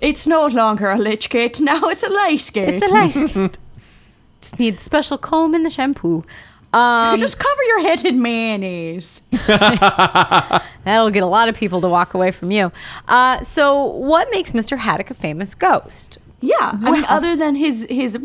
It's no longer a lich gate. Now it's a lice gate. It's a lice. Just need the special comb and the shampoo. Um, Just cover your head in mayonnaise. that'll get a lot of people to walk away from you. Uh, so, what makes Mr. Haddock a famous ghost? Yeah. I mean, other than his his.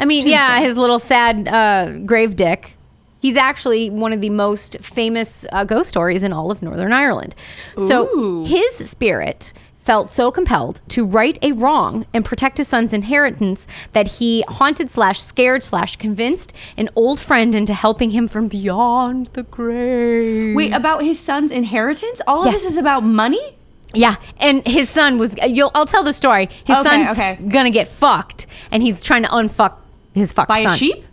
I mean, yeah, Tombstone. his little sad uh, grave dick. He's actually one of the most famous uh, ghost stories in all of Northern Ireland. So his spirit felt so compelled to right a wrong and protect his son's inheritance that he haunted slash scared slash convinced an old friend into helping him from beyond the grave. Wait, about his son's inheritance? All of Yes. this is about money? Yeah, and his son was. uh, You'll. I'll tell the story. His Okay, son's okay. gonna get fucked, and he's trying to unfuck his fucked By son. a sheep?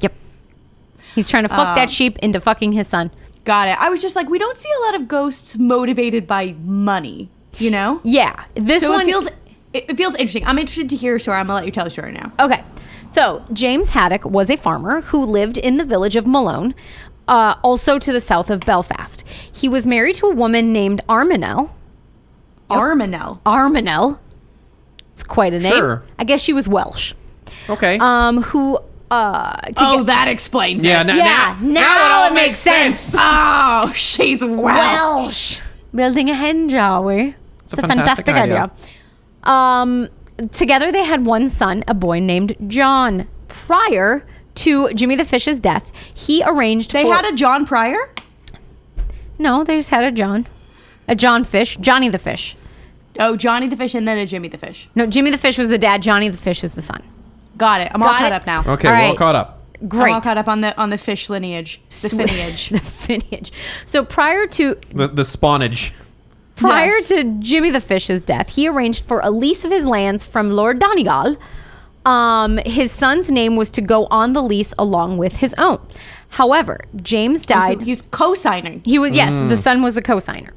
Yep. He's trying to fuck Uh, that sheep into fucking his son. Got it. I was just like, we don't see a lot of ghosts motivated by money, you know? Yeah, this so one it feels it, it feels interesting. I'm interested to hear a story. I'm gonna let you tell the story now. Okay. So James Haddock was a farmer who lived in the village of Malone, uh, also to the south of Belfast. He was married to a woman named Arminel. Arminel. Arminel. It's quite a name. Sure. I guess she was Welsh. Okay. Um, who uh to Oh, get- that explains yeah. it. Now, yeah, now, now, it makes sense. Oh, she's well. Welsh. Building a hen, are we? It's, a fantastic idea. Um, together they had one son, a boy named John. Prior to Jimmy the Fish's death, he arranged They for had a John Pryor? No, they just had a John. A John Fish. Johnny the Fish. Oh, Johnny the Fish and then a Jimmy the Fish. No, Jimmy the Fish was the dad. Johnny the Fish is the son. Got it. I'm all Got caught it. up now. Okay. All We're all right. caught up. Great. I'm all caught up on the on the fish lineage. The Sweet. lineage. the lineage. So prior to The, the spawnage. prior Yes. to Jimmy the Fish's death, he arranged for a lease of his lands from Lord Donegal. Um, his son's name was to go on the lease along with his own. However, James died. Oh, So he's co-signing. He was yes, the son was the cosigner.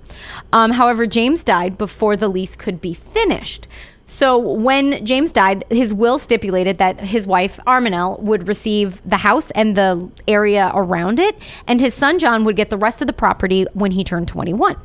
Um, however, James died before the lease could be finished. So when James died, his will stipulated that his wife Arminel would receive the house and the area around it, and his son John would get the rest of the property when he turned 21.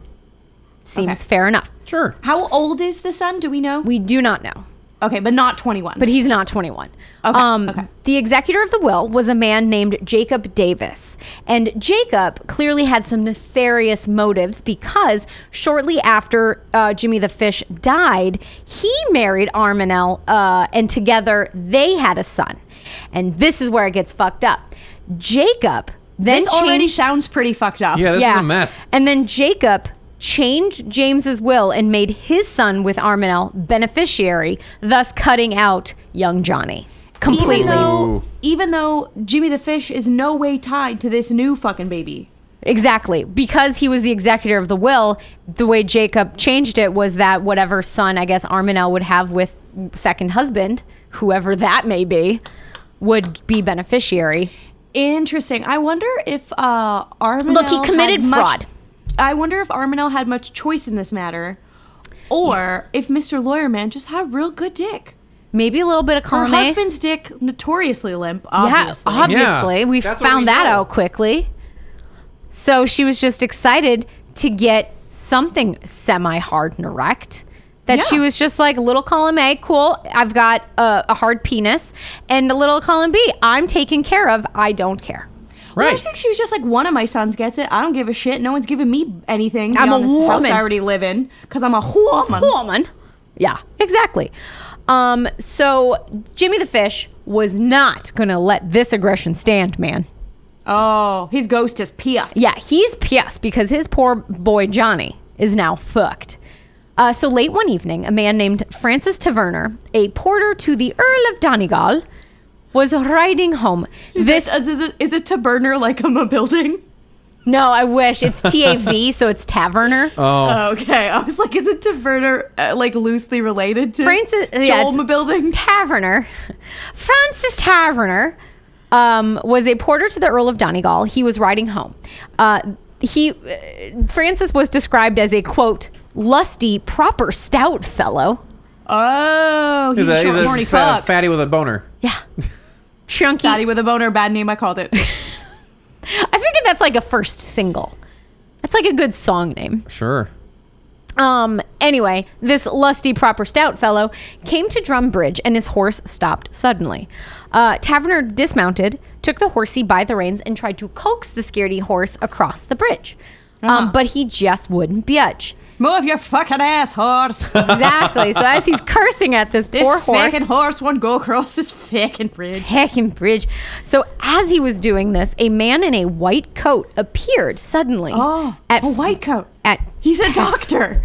Seems Okay. fair enough. Sure. How old is the son? Do we know? We do not know. okay, but not 21. but he's not 21. Okay, um, okay. The executor of the will was a man named Jacob Davis. And Jacob clearly had some nefarious motives because shortly after uh, Jimmy the Fish died, he married Arminel, uh, and together they had a son. And this is where it gets fucked up. Jacob then this already changed- sounds pretty fucked up. Yeah. This is a mess. and then Jacob changed James's will and made his son with Arminel beneficiary, thus cutting out young Johnny Even completely. Ooh. though, even though Jimmy the Fish is no way tied to this new fucking baby. Exactly. Because he was the executor of the will, the way Jacob changed it was that whatever son I guess Arminel would have with second husband, whoever that may be, would be beneficiary. Interesting. I wonder if uh, Arminel. Look, he had committed much- fraud. I wonder if Arminel had much choice in this matter, or if Mr. Lawyerman just had a real good dick. Maybe a little bit of Her column A. husband's dick notoriously limp. Yeah, Obviously. obviously. Yeah, we that's what found we that know. out quickly. So she was just excited to get something semi hard and erect. That she Yeah. was just like, little column A, cool. I've got a, a hard penis. And a little column B, I'm taken care of. I don't care. Well, I Right. just think she was just like, one of my sons gets it. I don't give a shit. No one's giving me anything. I'm a beyond this House woman. I already live in because I'm a woman. Woman. Yeah, exactly. Um, so Jimmy the Fish was not going to let this aggression stand, man. Oh, his ghost is pissed. Yeah, he's pissed because his poor boy Johnny is now fucked. Uh, so late one evening, a man named Francis Taverner, a porter to the Earl of Donegal, was riding home. this Is, is, it, is it to burner like I'm a building? no, I wish it's T A V, so it's Taverner. Oh. Oh. Okay, I was like, is it to burner uh, like loosely related to Francis- Joel yeah, it's- Ma building? Taverner, Francis Taverner, um, was a porter to the Earl of Donegal. He was riding home. Uh, he uh, Francis was described as a quote lusty, proper, stout fellow. Oh, he's, a, short, horny fa- fuck. fatty with a boner. Yeah. Chunky. Daddy with a boner, bad name. I called it. I figured that's like a first single. That's like a good song name. Sure. Um, anyway, this lusty, proper stout fellow came to Drumbridge and his horse stopped suddenly. Uh, Taverner dismounted, took the horsey by the reins, and tried to coax the scaredy horse across the bridge. Uh-huh. Um, but he just wouldn't budge. Move your fucking ass, horse. Exactly. so as he's cursing at this this poor horse, fucking horse won't go across this fucking bridge. Hacking bridge. So as he was doing this, a man in a white coat appeared suddenly. Oh, at a white coat. At He's a doctor.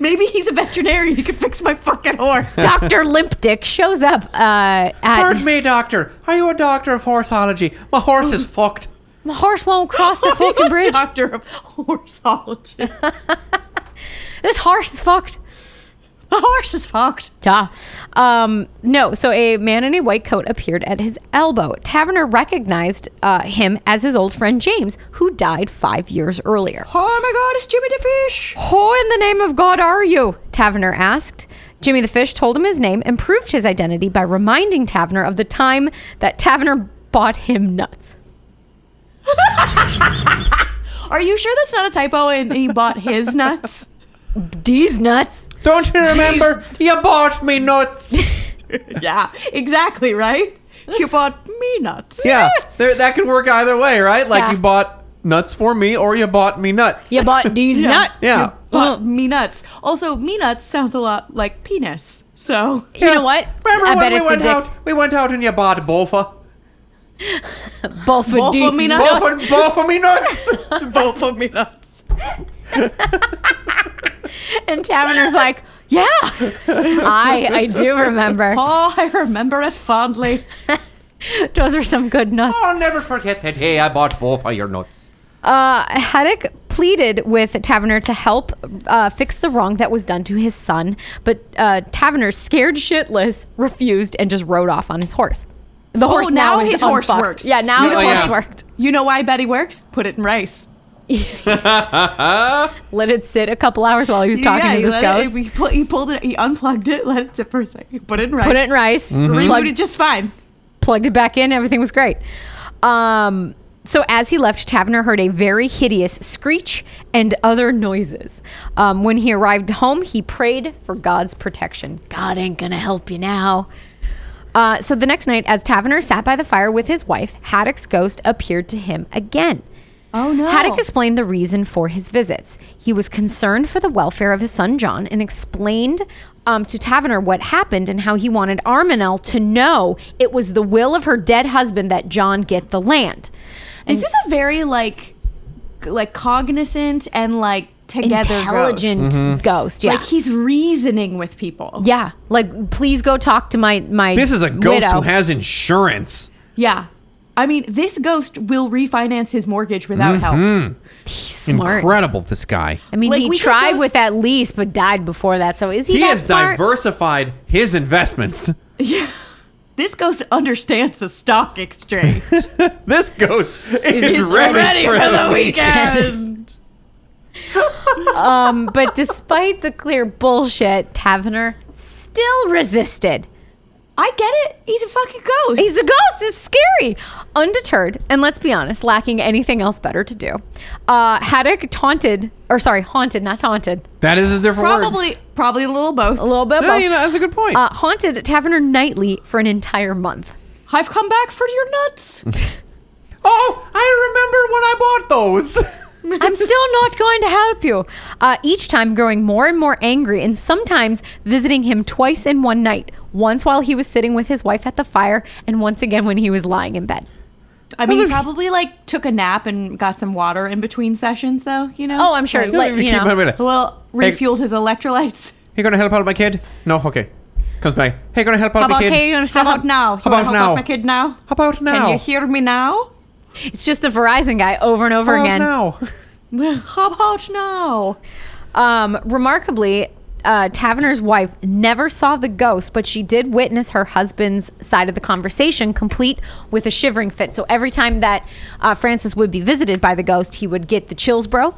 Maybe he's a veterinarian. He can fix my fucking horse. Doctor Limp Dick shows up. Uh, Pardon at me, doctor. Are you a doctor of horseology? My horse is fucked. my horse won't cross the fucking bridge. Doctor of horseology. This horse is fucked. The horse is fucked. Yeah. Um, no, so a man in a white coat appeared at his elbow. Taverner recognized uh, him as his old friend James, who died five years earlier. Oh my god, it's Jimmy the Fish. Who in the name of God are you? Taverner asked. Jimmy the Fish told him his name and proved his identity by reminding Taverner of the time that Taverner bought him nuts. Are you sure that's not a typo and he bought his nuts? These nuts. Don't you remember? you bought me nuts. yeah, exactly, right? You bought me nuts. yeah, there, that could work either way, right? Like Yeah. you bought nuts for me, or you bought me nuts. You bought these nuts. Yeah. Bought me nuts. Also, me nuts sounds a lot like penis. So, You know what? Remember I when bet we it's a went dick. out? We went out and you bought uh, bofa. Both of Both these of me nuts. nuts. Bofa, bofa me nuts. both of me nuts. And Taverner's like, yeah, I I do remember. Oh, I remember it fondly. Those are some good nuts. I'll never forget that day I bought bofa your nuts. Uh, Haddock pleaded with Taverner to help uh, fix the wrong that was done to his son, but uh, Taverner, scared shitless, refused and just rode off on his horse. The horse now, Oh, now is his horse unfucked. works. Yeah, now his Oh, horse yeah. worked. You know why Betty works? Put it in rice. Let it sit a couple hours while he was talking yeah, to he this let it- ghost. he, pu- he pulled it, he unplugged it, let it sit for a second, put it in rice. Put it in rice. Mm-hmm. Mm-hmm. Rebooted Plugged, just fine. plugged it back in. Everything was great. Um, so as he left, Taverner heard a very hideous screech and other noises. Um, when he arrived home, he prayed for God's protection. God ain't gonna help you now. Uh, so the next night, as Taverner sat by the fire with his wife, Haddock's ghost appeared to him again. Oh, no. Haddock explained the reason for his visits. He was concerned for the welfare of his son John and explained um, to Taverner what happened and how he wanted Arminel to know it was the will of her dead husband that John get the land. And This is a very like, g- like cognizant and like together intelligent Ghost. Mm-hmm. ghost. Yeah. Like he's reasoning with people. yeah. Like, please go talk to my my. This is a ghost widow. who has insurance. Yeah. I mean, this ghost will refinance his mortgage without Mm-hmm. help. smart. Incredible, this guy. I mean, Like, we he could tried go with s- that lease, but died before that. So is he? He that has smart? diversified his investments. This ghost understands the stock exchange. This ghost is, He's ready ready, for, the weekend. Um, but despite the clear bullshit, Taverner still resisted. I get it. He's a fucking ghost. He's a ghost. It's scary. Undeterred, and let's be honest, lacking anything else better to do, uh, Haddock taunted, or sorry, haunted, not taunted, That is a different word. probably probably a little both. a little bit. Yeah, both, you know, that's a good point. uh, haunted Taverner nightly for an entire month. I've come back for your nuts. oh, I remember when I bought those. I'm still not going to help you. Uh, each time growing more and more angry, and sometimes visiting him twice in one night. Once while he was sitting with his wife at the fire, and once again when he was lying in bed. I mean, he there's- probably like took a nap and got some water in between sessions, though. You know. Oh, I'm sure. Don't Let, even you keep know. him in it. Well, refueled his electrolytes. You gonna help out my kid? No, okay. Comes back. Hey, gonna help out How my about kid? hey, uh, you want to stop How out now? You How wanna about help now? out my kid now? How about now? Can you hear me now? It's just the Verizon guy over and over How about again. now? How about now? Um, remarkably, uh, Taverner's wife never saw the ghost, but she did witness her husband's side of the conversation, complete with a shivering fit. So every time that uh, Francis would be visited by the ghost, he would get the chills, bro.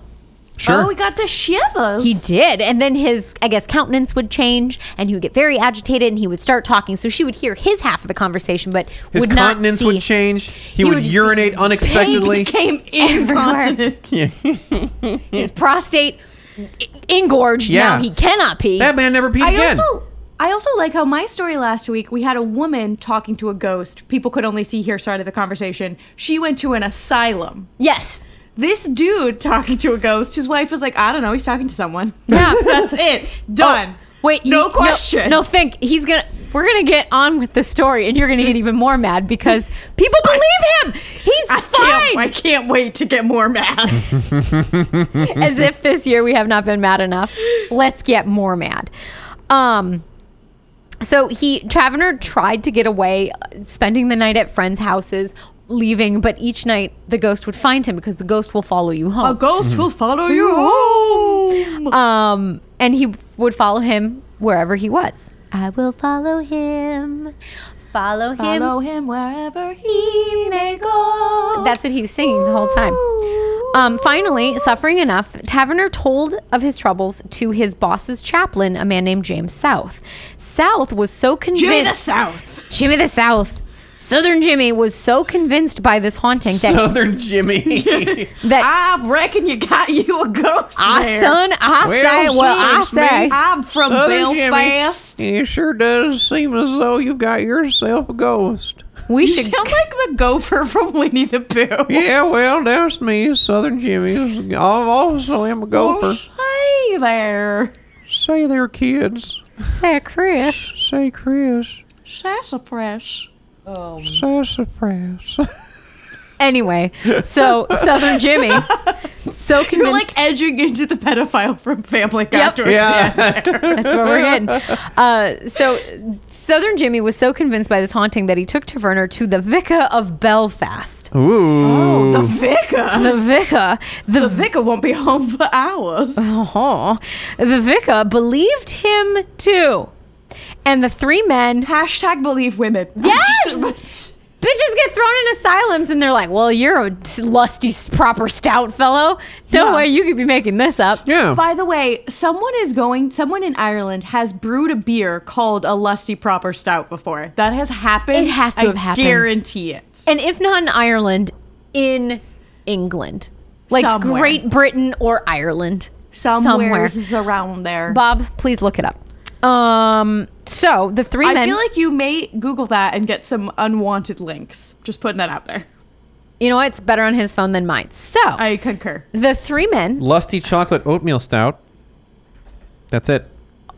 Sure. Oh, we got the shivers. He did. And then his, I guess, countenance would change and he would get very agitated and he would start talking. So she would hear his half of the conversation, but His would not continence see. would change. He, He would, would just be urinate unexpectedly. became Everywhere. incontinent. His prostate e- engorged. Yeah. Now he cannot pee. That man never peed I again. also I also like how my story last week we had a woman talking to a ghost. People could only see her side of the conversation. She went to an asylum. yes. This dude talking to a ghost, his wife was like, I don't know, he's talking to someone. Yeah. That's it. Done. Wait, Oh, No you- questions. No, think he's gonna. We're gonna get on with the story, and you're gonna get even more mad because people believe him. He's I can't, I fine. can't wait to get more mad. As if this year we have not been mad enough. Let's get more mad. Um. So he Travener tried to get away, uh, spending the night at friends' houses, leaving. But each night the ghost would find him Oh, because the ghost will follow you home. a ghost will follow you home. Um, and he would follow him wherever he was. I will follow him. Follow him. Follow him wherever he may go. That's what he was singing the whole time. Um, finally, suffering enough, Taverner told of his troubles to his boss's chaplain, a man named James South. South was so convinced. Jimmy the South. Jimmy the South. Southern Jimmy was so convinced by this haunting that, Southern Jimmy. that I reckon you got you a ghost I Ah, there. son, I Well, say what I since me- say. I'm from Southern Jimmy. Belfast. It sure does seem as though you've got yourself a ghost. We You should sound like the gopher from Winnie the Pooh. Yeah, well, that's me, Southern Jimmy. I also am a Oh, gopher. Hey there, Say there, kids. say Chris. Say Chris. sassafras. Sassafras. Anyway, so Southern Jimmy, so convinced. You're like edging into the pedophile from Family Guy. Yep. towards the end. yeah. That's what we're getting. Uh, so, Southern Jimmy was so convinced by this haunting that he took Taverner to the Vicar of Belfast. Ooh. Oh. The vicar. The Vicar, The the vicar won't be home for hours. oh, the Vicar believed him too, and the three men Hashtag believe women. Yes! bitches get thrown in asylums, and they're like, "Well, you're a t- lusty, s- proper stout fellow. No Yeah. way you could be making this up." Yeah. By the way, someone is going. Someone in Ireland has brewed a beer called a lusty proper stout before. That has happened. It has to I have happened. Guarantee it. And if not in Ireland, in England, like Somewhere. Great Britain or Ireland, Somewhere around there. Bob, please look it up. Um, so the three I men, feel like you may Google that and get some unwanted links. Just putting that out there. you know what? It's better on his phone than mine. So I concur. the three men, Lusty chocolate oatmeal stout. That's it.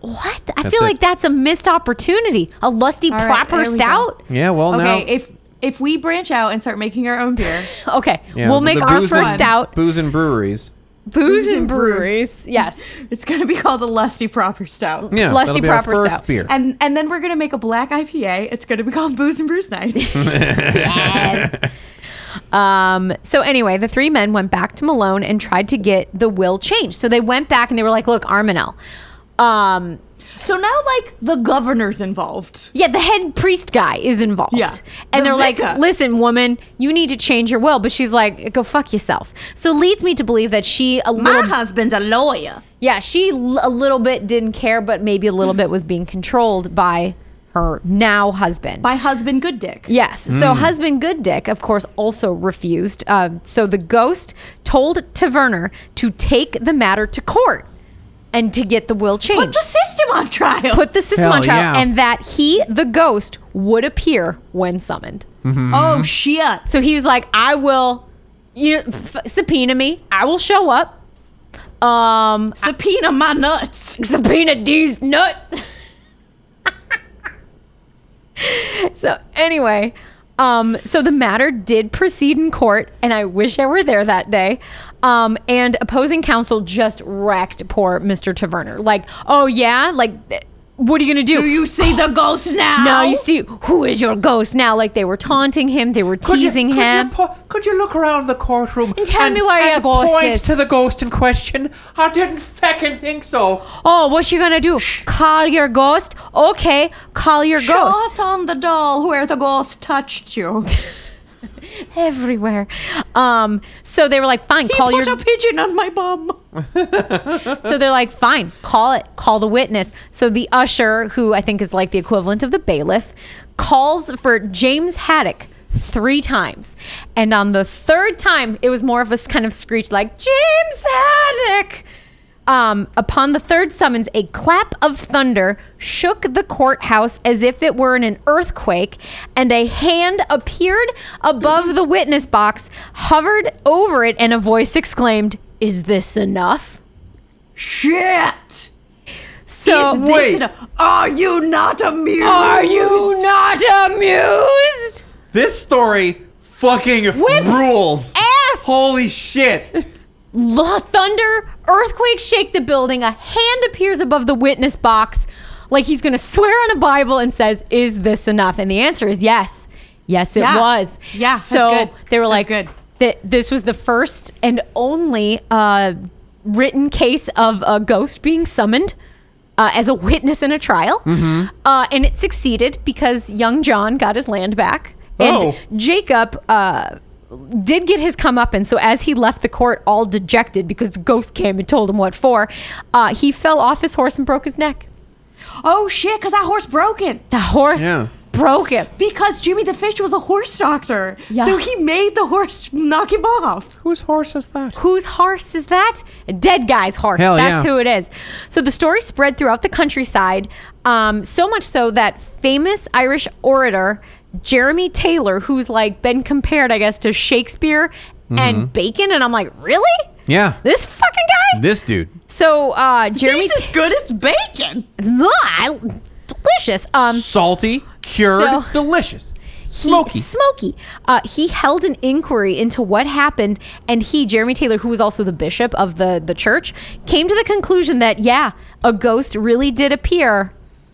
what? I That's feel it. like that's a missed opportunity. A lusty All right, proper there we go. stout. Yeah, well, now. Okay, if if we branch out and start making our own beer, Okay, Yeah, we'll the- make the our booze first and- stout Booze and breweries. booze and and brew. breweries. Yes, it's gonna be called a lusty proper stout. Yeah, Lusty that'll be our proper first stout. beer. And and then we're gonna make a black IPA. It's gonna be called Booze and Brews Nights. yes. um, so anyway, the three men went back to Malone and tried to get the will changed. So they went back and they were like, "Look, Arminel, um, so now like the governor's involved. Yeah, the head priest guy is involved. Yeah. And The they're like, vicar. listen, woman, you need to change your will. But she's like, go fuck yourself. So leads me to believe that she a little, husband's a lawyer. yeah, she l- a little bit didn't care, but maybe a little bit was being controlled by her now husband. My husband good dick. Yes. So Hmm. husband Good Dick, of course, also refused. Um, so the ghost told Taverner to take the matter to court and to get the will changed Put the system on trial. put the system Hell on trial yeah. and that he, the ghost, would appear when summoned. oh shit. So he was like, I will, you know, f- subpoena me. I will show up. Um, Subpoena my nuts. subpoena these nuts. so anyway, um, so the matter did proceed in court, and I wish I were there that day. Um, and opposing counsel just wrecked poor Mr. Taverner. Like, oh yeah, like, th- what are you gonna do? Do you see the ghost now? Now you see who is your ghost now? Like they were taunting him, they were teasing him. Could you, po- could you look around the courtroom and tell me where and your ghost point is? to the ghost in question? I didn't fucking think so. oh, what's she gonna do? Call your ghost? Okay, call your Show ghost. us on the doll where the ghost touched you. Everywhere. Um, so they were like, fine, He call your. put a pigeon on my bum. so they're like, fine, call it, call the witness. So the usher, who I think is like the equivalent of the bailiff, calls for James Haddock three times. And on the third time, it was more of a s- kind of screech like, James Haddock. Um, upon the third summons, a clap of thunder shook the courthouse as if it were in an earthquake, and a hand appeared above the witness box, hovered over it, and a voice exclaimed, Is this enough? Shit. So Uh, Is this wait. enough? are you not amused? Are you not amused? This story fucking Whips rules. ass. Holy shit. L- thunder, earthquake shake the building. A hand appears above the witness box, like he's going to swear on a Bible and says, "Is this enough?" And the answer is yes. Yes, it Yeah. was. Yeah, that's So good. they were That's like, good. Th- "This was the first and only uh, written case of a ghost being summoned uh, as a witness in a trial, Mm-hmm. uh, and it succeeded because young John got his land back, and Oh. Jacob. Uh, did get his come up and so as he left the court all dejected because the ghost came and told him what for uh, he fell off his horse and broke his neck Oh shit, because that horse broken. the horse Yeah. broke him Because Jimmy the Fish was a horse doctor. Yeah. So he made the horse knock him off. Whose horse is that? Whose horse is that? A dead guy's horse. Hell That's yeah. who it is. So the story spread throughout the countryside, um, so much so that famous Irish orator Jeremy Taylor, who's like been compared, I guess, to Shakespeare and Bacon, and I'm like, really? Mm-hmm. Yeah. This fucking guy. This dude. so uh, Jeremy, He's as good as bacon. Blah, I- delicious. Um, Salty, cured, So- delicious, he- smoky. Smoky. Uh, he held an inquiry into what happened, and he, Jeremy Taylor, who was also the bishop of the the church, came to the conclusion that yeah, a ghost really did appear,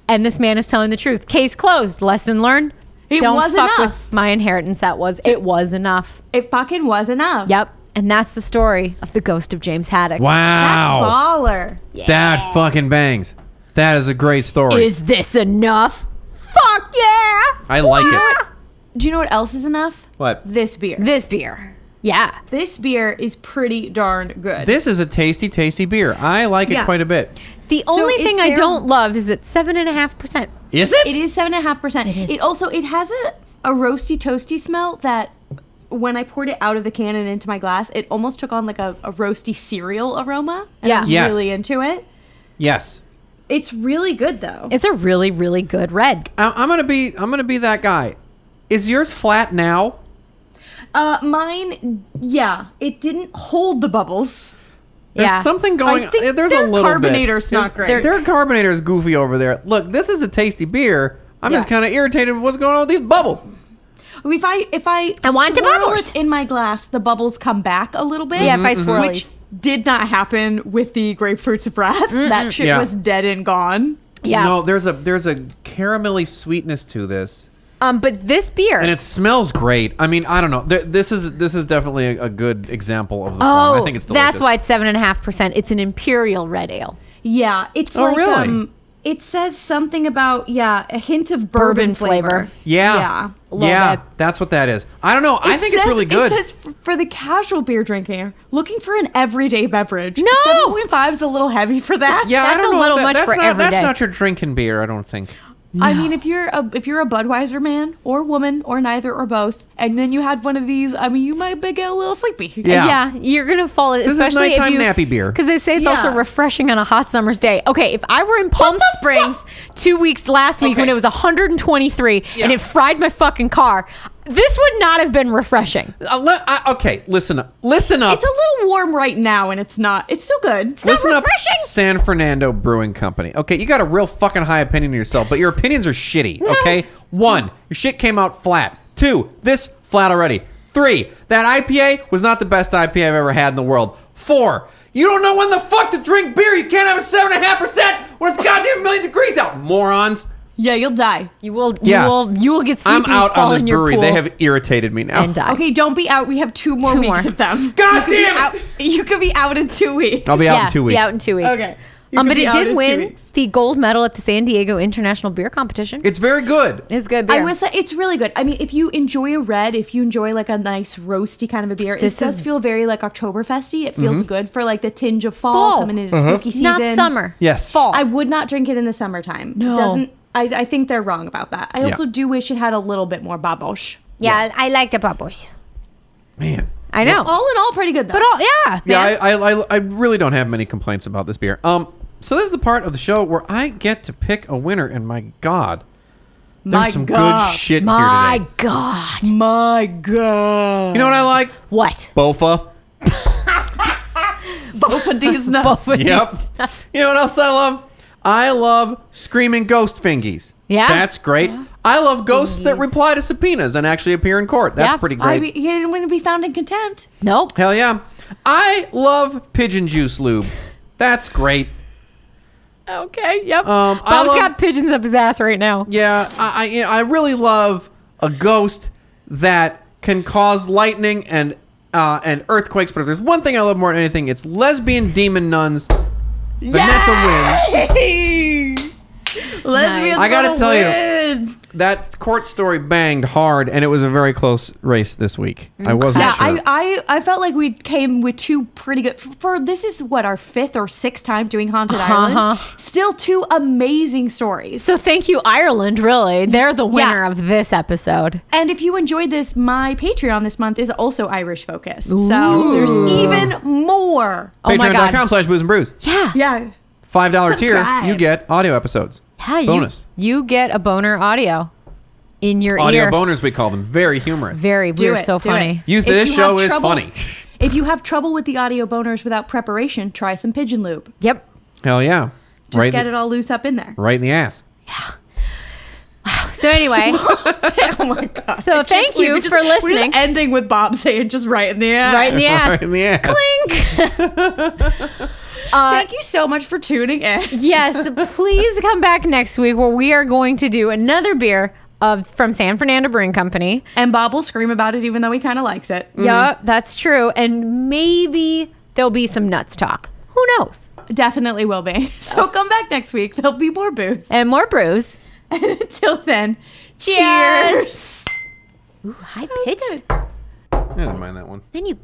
and this man is telling the truth. Case closed. Lesson learned. It Don't was fuck enough. with my inheritance. That was it. Was enough. It fucking was enough. Yep. And that's the story of the ghost of James Haddock. That's wow. baller. That fucking bangs. That is a great story. Is this enough? Fuck yeah! I like it. Do you know what else is enough? What? This beer. This beer. Yeah. This beer is pretty darn good. This is a tasty, tasty beer. I like it Yeah. quite a bit. The So only it's thing I their- don't love is it's seven and a half percent. Is it? it is seven and a half percent. is. It also it has a, a roasty toasty smell that when I poured it out of the can and into my glass, it almost took on like a, a roasty cereal aroma. And Yeah. I was Yes. really into it. Yes. It's really good though. It's a really, really good red. I- I'm gonna be. I'm gonna be that guy. Is yours flat now? Uh, mine, yeah, it didn't hold the bubbles. There's yeah. something going. uh, I think there's their a little carbonator's bit. not great. Their, their carbonator's goofy over there. Look, this is a tasty beer. I'm just Yeah. kind of irritated with what's going on with these bubbles. If I if I, I want the swirl bubbles. it in my glass, the bubbles come back a little bit. Yeah, if I Mm-hmm. swirl which these. did not happen with the grapefruits of wrath. That shit Yeah. was dead and gone. yeah. No, there's a there's a caramelly sweetness to this, um, but this beer. and it smells great. I mean, I don't know. Th- This is this is definitely a, a good example of the. oh, form. I think it's delicious. that's why it's seven and a half percent. It's an imperial red ale. Yeah, it's Oh, like really? um, it says something about yeah, a hint of Bourbon bourbon, flavor. Yeah. yeah. Love yeah, it. that's what that is. I don't know. I It think says- it's really good. It says f- for the casual beer drinker looking for an everyday beverage. No! seven point five is a little heavy for that. yeah, I that's don't a know little that- much that's for not, every That's day. not your drinking beer, I don't think. I mean, if you're a if you're a Budweiser man or woman or neither or both, and then you had one of these, I mean, you might be- get a little sleepy. Yeah. Yeah, you're gonna fall. is especially nighttime if you, nappy beer. Because they say it's also Yeah. refreshing on a hot summer's day. Okay, if I were in Palm Springs two weeks last week when Okay. it was 123 and it fried my fucking car, this would not have been refreshing. Uh, le- I- okay, listen up. Listen up. It's a little warm right now, and it's not. It's still good. Listen up, refreshing. San Fernando Brewing Company. Okay, you got a real fucking high opinion of yourself, but your opinions are shitty. Okay, one, your shit came out flat. Two, this flat already. Three, that IPA was not the best IPA I've ever had in the world. Four, you don't know when the fuck to drink beer. You can't have a seven and a half percent when it's goddamn million degrees out, morons. Yeah, you'll die. You will. Yeah. You will. You will get I'm sleepy. out fall on this in your brewery. Pool They have irritated me now. and die. Okay, don't be out. We have two more Two weeks more. of them. God You could be damn it. out- You could be out in two weeks. I'll be out yeah, in two weeks. Be out in two weeks. Okay. You Um, could but be it out in did two win weeks. the gold medal at the San Diego International Beer Competition. it's very good. It's good beer. I would say it's really good. I mean, if you enjoy a red, if you enjoy like a nice roasty kind of a beer, This it does is- feel very like Oktoberfesty. It feels good for like the tinge of fall, Fall. coming into spooky season. not summer. Yes. Fall. I would not drink it in the summertime. Oh. No. It doesn't I, I think they're wrong about that. I also do wish it had a little bit more babosh. yeah, I like the bubbles. Man. I know. All in all, pretty good though. but all, yeah. Yeah, man. I, I, I, I really don't have many complaints about this beer. Um, so this is the part of the show where I get to pick a winner, and my God, there's My some God. good shit My here today. God. My God. You know what I like? What? Bofa. Both of these nuts. Yep. you know what else I love? I love screaming ghost fingies. Yeah. that's great. I love ghosts that reply to subpoenas and actually appear in court. That's Yeah. pretty I great. mean, he didn't want to be found in contempt. Nope. Hell yeah. I love pigeon juice lube. That's great. Okay. Yep. Um, Bob's I love- got pigeons up his ass right now. Yeah, I, I I really love a ghost that can cause lightning and uh, and earthquakes. But if there's one thing I love more than anything, it's lesbian demon nuns. Vanessa wins. Lesbians. I gotta gonna tell you. win. That court story banged hard, and it was a very close race this week. I wasn't Mm-hmm. Yeah, sure. I, I, I felt like we came with two pretty good. For this is what our fifth or sixth time doing Haunted Island. Still two amazing stories. So thank you, Ireland. Really, they're the winner of this episode. and if you enjoyed this, my Patreon this month is also Irish focused. So there's even more. Oh my God. Patreon.com slash booze and brews. Yeah, Yeah. Five dollar tier, Subscribe. you get audio episodes. Yeah, you, bonus. You get a boner audio in your Audio ear. boners, we call them. Very humorous. Very, Do we're it, so do funny. it. Use If this you show have is trouble- funny. If you have trouble with the audio boners without preparation, try some pigeon lube. Yep. Hell yeah. Just right, get in, it all loose up in there. right in the ass. So anyway, Oh my god. so thank We're you just- for We're listening. just ending with Bob saying just right in the ass. Right in the ass. Right in the ass. Clink. Thank you so much for tuning in. Uh, yes, please come back next week where we are going to do another beer of from San Fernando Brewing Company. And Bob will scream about it even though he kind of likes it. Yup, that's true. And maybe there'll be some nuts talk. Who knows? Definitely will be. So come back next week. There'll be more booze. And more brews. And until then, Cheers. cheers. Ooh, high pitched. good. I didn't mind that one. Then you